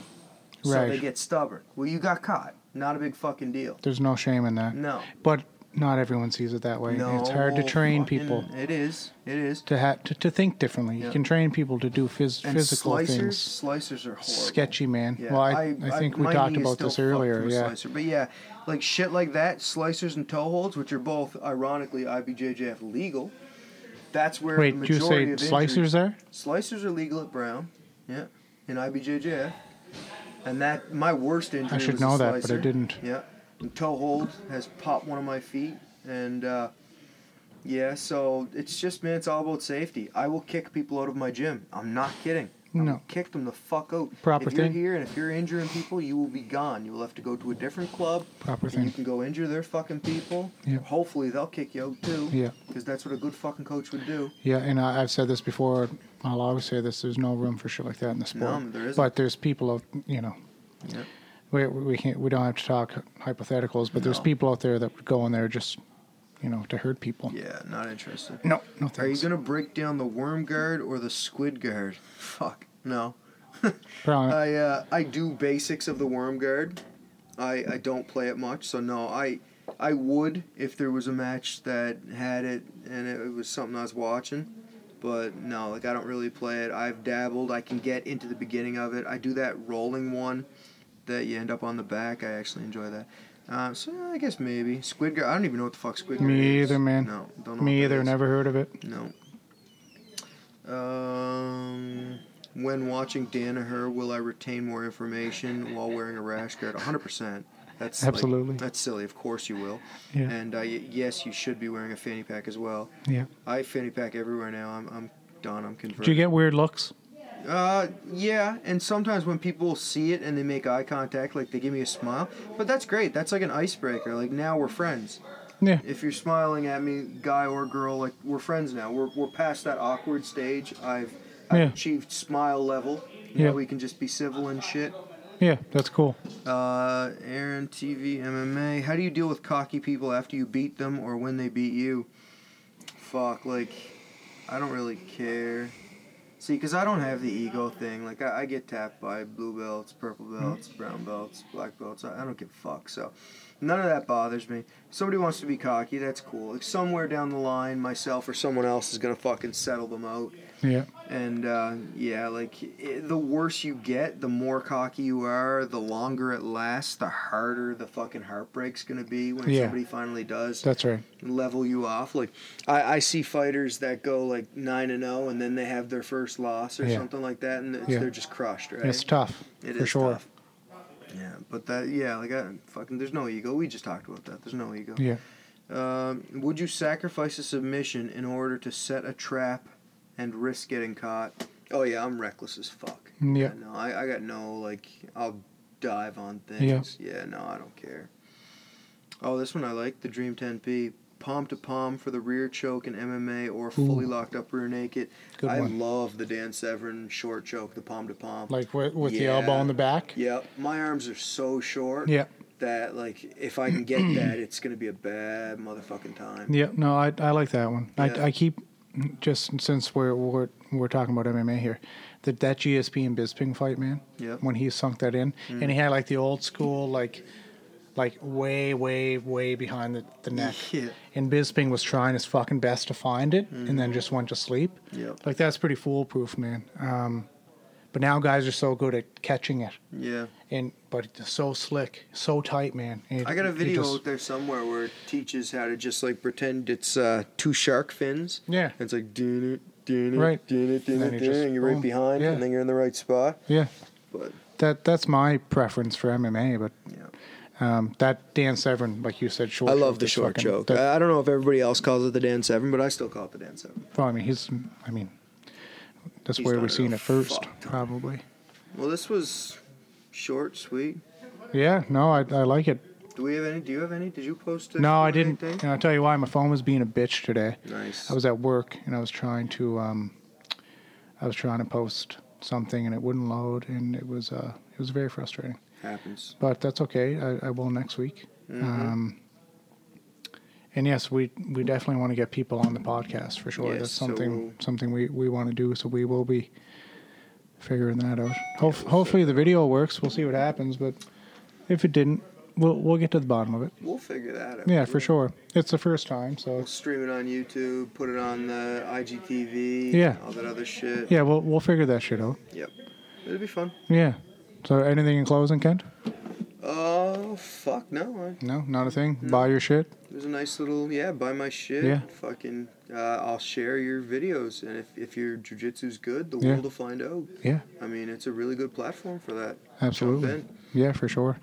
Speaker 1: So
Speaker 2: Right.
Speaker 1: they get stubborn. Well, you got caught. Not a big fucking deal.
Speaker 2: there's no shame in that.
Speaker 1: No.
Speaker 2: But not everyone sees it that way.
Speaker 1: No.
Speaker 2: it's hard to train
Speaker 1: fucking-
Speaker 2: people
Speaker 1: It is. It is.
Speaker 2: to ha- to, to think differently.
Speaker 1: Yeah.
Speaker 2: You can train people to do phys-
Speaker 1: And
Speaker 2: physical
Speaker 1: slicers,
Speaker 2: things.
Speaker 1: slicers are horrible.
Speaker 2: Sketchy, man.
Speaker 1: Yeah,
Speaker 2: well, I, I, think we
Speaker 1: my
Speaker 2: talked
Speaker 1: knee is
Speaker 2: about
Speaker 1: still
Speaker 2: this
Speaker 1: fucked
Speaker 2: earlier.
Speaker 1: from a
Speaker 2: Yeah,
Speaker 1: Slicer. But yeah, like shit like that, slicers and toe holds, which are both ironically IBJJF legal. That's where
Speaker 2: Wait,
Speaker 1: the
Speaker 2: did you say
Speaker 1: majority of
Speaker 2: slicers
Speaker 1: injuries-
Speaker 2: there?
Speaker 1: Slicers are legal at Brown, yeah, in IBJJF, and that my worst injury.
Speaker 2: I should
Speaker 1: was
Speaker 2: know
Speaker 1: a
Speaker 2: that, but I
Speaker 1: slicer.
Speaker 2: didn't.
Speaker 1: Yeah, and toe hold has popped one of my feet, and uh, yeah, so it's just man, it's all about safety. I will kick people out of my gym. I'm not kidding. I will
Speaker 2: No.
Speaker 1: kick them the fuck out.
Speaker 2: Proper
Speaker 1: if you're
Speaker 2: thing.
Speaker 1: here and if you're injuring people, you will be gone. You will have to go to a different club.
Speaker 2: Proper
Speaker 1: and You
Speaker 2: thing.
Speaker 1: can go injure their fucking people.
Speaker 2: Yeah.
Speaker 1: Hopefully they'll kick you out too.
Speaker 2: Yeah.
Speaker 1: Because that's what a good fucking coach would do.
Speaker 2: Yeah, and I, I've said this before. I'll always say this: there's no room for shit like that in the sport.
Speaker 1: there isn't.
Speaker 2: But there's people out, you know.
Speaker 1: Yeah.
Speaker 2: We, we can't. We don't have to talk hypotheticals, but there's
Speaker 1: No.
Speaker 2: people out there that would go in there just, you know, to hurt people.
Speaker 1: Yeah, not interested.
Speaker 2: No, no
Speaker 1: Are you
Speaker 2: thanks.
Speaker 1: gonna break down the worm guard or the squid guard? Fuck no.
Speaker 2: Probably.
Speaker 1: I uh, I do basics of the worm guard. I I don't play it much, so no. I I would if there was a match that had it and it, was something I was watching, but no, like I don't really play it. I've dabbled. I can get into the beginning of it. I do that rolling one that you end up on the back. I actually enjoy that. Uh, so I guess maybe squid guard. I don't even know what the fuck squid guard
Speaker 2: Me
Speaker 1: is.
Speaker 2: either, man.
Speaker 1: No, don't know. what
Speaker 2: Me
Speaker 1: that
Speaker 2: either.
Speaker 1: is.
Speaker 2: Never heard of it.
Speaker 1: No. Um, when watching Danaher, will I retain more information while wearing a rash guard? 100%. That's like-
Speaker 2: Absolutely.
Speaker 1: that's silly. Of course you will.
Speaker 2: Yeah.
Speaker 1: And uh, y- yes, you should be wearing a fanny pack as well.
Speaker 2: Yeah.
Speaker 1: I fanny pack everywhere now. I'm, I'm done. I'm converted.
Speaker 2: Do you get weird looks?
Speaker 1: Uh, yeah, and sometimes when people see it and they make eye contact, like they give me a smile, but that's great. That's like an icebreaker. Like now we're friends.
Speaker 2: Yeah.
Speaker 1: If you're smiling at me, guy or girl, like we're friends now. We're we're past that awkward stage. I've, I've
Speaker 2: Yeah.
Speaker 1: achieved smile level. Now
Speaker 2: Yeah.
Speaker 1: we can just be civil and shit.
Speaker 2: Yeah, that's cool.
Speaker 1: Uh, Aaron, TV, MMA. How do you deal with cocky people after you beat them or when they beat you? Fuck, like, I don't really care. See, because I don't have the ego thing. Like, I, I get tapped by blue belts, purple belts, brown belts, black belts. I, I don't give a fuck. So, none of that bothers me. If somebody wants to be cocky, that's cool. Like, somewhere down the line, myself or someone else is going to fucking settle them out.
Speaker 2: Yeah.
Speaker 1: And uh, yeah, like i the worse you get, the more cocky you are, the longer it lasts, the harder the fucking heartbreak's gonna be when
Speaker 2: Yeah.
Speaker 1: somebody finally does
Speaker 2: That's right.
Speaker 1: level you off. Like I, I see fighters that go like nine and zero, and then they have their first loss or
Speaker 2: Yeah.
Speaker 1: something like that, and it's,
Speaker 2: Yeah.
Speaker 1: they're just crushed, right?
Speaker 2: It's tough.
Speaker 1: It
Speaker 2: for
Speaker 1: is
Speaker 2: sure.
Speaker 1: tough. Yeah, but that yeah, like I fucking there's no ego. We just talked about that. There's no ego.
Speaker 2: Yeah.
Speaker 1: Um, would you sacrifice a submission in order to set a trap and risk getting caught? Oh yeah, I'm reckless as fuck.
Speaker 2: Mm, Yeah.
Speaker 1: No, I, I got no like I'll dive on things. Yeah. no, I don't care. Oh, this one I like, the Dream 10P. Palm to palm for the rear choke in MMA or fully locked up rear naked.
Speaker 2: Good
Speaker 1: I
Speaker 2: one.
Speaker 1: love the Dan Severn short choke, the palm to palm.
Speaker 2: Like with, with the
Speaker 1: Yeah.
Speaker 2: elbow in the back.
Speaker 1: Yep, my arms are so short.
Speaker 2: Yeah.
Speaker 1: that. Like, if I can get that, it's gonna be a bad motherfucking time.
Speaker 2: Yeah, no, I I like that one.
Speaker 1: Yeah.
Speaker 2: I, I keep just since we're we're we're talking about MMA here, that that GSP and Bisping fight, man.
Speaker 1: Yeah.
Speaker 2: When he sunk that in, and he
Speaker 1: Mm.
Speaker 2: had like the old school like. Like way, way, way behind the, the neck,
Speaker 1: Yeah.
Speaker 2: and Bisping was trying his fucking best to find it, and
Speaker 1: Mm.
Speaker 2: then just went to sleep.
Speaker 1: Yep.
Speaker 2: Like that's pretty foolproof, man. Um, but now guys are so good at catching it,
Speaker 1: Yeah.
Speaker 2: and but it's so slick, so tight, man. It-
Speaker 1: I got a
Speaker 2: it
Speaker 1: video
Speaker 2: just-
Speaker 1: out there somewhere where it teaches how to just like pretend it's uh, two shark fins.
Speaker 2: Yeah.
Speaker 1: It's like do it, do it,
Speaker 2: Right.
Speaker 1: do it, do
Speaker 2: And
Speaker 1: it,
Speaker 2: then you just-
Speaker 1: and you're right
Speaker 2: boom.
Speaker 1: behind,
Speaker 2: Yeah.
Speaker 1: and then you're in the right spot.
Speaker 2: yeah,
Speaker 1: But
Speaker 2: that that's my preference for MMA, but
Speaker 1: yeah.
Speaker 2: um, that Dan Severn, like you said, short.
Speaker 1: I
Speaker 2: joke
Speaker 1: love the
Speaker 2: is
Speaker 1: short
Speaker 2: fucking-
Speaker 1: joke. Uh,
Speaker 2: That,
Speaker 1: I I don't know if everybody else calls it the Dan Seven, but I still call it the Dan Seven.
Speaker 2: well, I mean, he's. I mean, that's
Speaker 1: He's
Speaker 2: where
Speaker 1: done
Speaker 2: we
Speaker 1: it
Speaker 2: seen
Speaker 1: a
Speaker 2: it first,
Speaker 1: fuck ton.
Speaker 2: probably.
Speaker 1: Well, this was short, sweet.
Speaker 2: Yeah, no, I, I like it.
Speaker 1: Do we have any? Do you have any? Did you post? it?
Speaker 2: No, I didn't. And I'll tell you why. My phone was being a bitch today.
Speaker 1: Nice.
Speaker 2: I was at work and I was trying to, um, I was trying to post something and it wouldn't load, and it was, uh, it was very frustrating.
Speaker 1: Happens.
Speaker 2: but that's okay. I, I will next week.
Speaker 1: Mm-hmm.
Speaker 2: Um, and yes, we we definitely want to get people on the podcast for sure.
Speaker 1: Yes,
Speaker 2: that's
Speaker 1: so
Speaker 2: something
Speaker 1: we'll-
Speaker 2: something we, we want to do. So we will be figuring that out. Hope, hopefully the video works. We'll see what happens. But if it didn't, we'll we'll get to the bottom of it.
Speaker 1: We'll figure that out.
Speaker 2: Yeah, for sure. It's the first time, so
Speaker 1: We'll
Speaker 2: it's,
Speaker 1: stream it on YouTube. Put it on the IGTV.
Speaker 2: Yeah.
Speaker 1: All that other shit.
Speaker 2: yeah, we'll we'll figure that shit out.
Speaker 1: Yep. It'll be fun.
Speaker 2: Yeah. So anything in closing, Kent?
Speaker 1: Oh fuck no! I-
Speaker 2: No, not a thing. Buy your shit.
Speaker 1: It was a nice little yeah. Buy my shit.
Speaker 2: Yeah.
Speaker 1: Fucking. Uh, I'll share your videos, and if if your jujitsu's good, the
Speaker 2: Yeah.
Speaker 1: world will find out.
Speaker 2: Yeah,
Speaker 1: I mean, it's a really good platform for that.
Speaker 2: absolutely.
Speaker 1: Jump in.
Speaker 2: Yeah, for sure.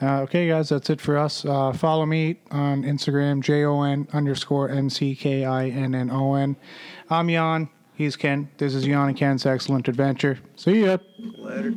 Speaker 2: Uh, okay, guys, that's it for us. Uh, follow me on Instagram, J O N underscore M C K I N N O N. I'm Jan. He's Ken. This is Jan and Ken's Excellent Adventure. See ya.
Speaker 1: Later.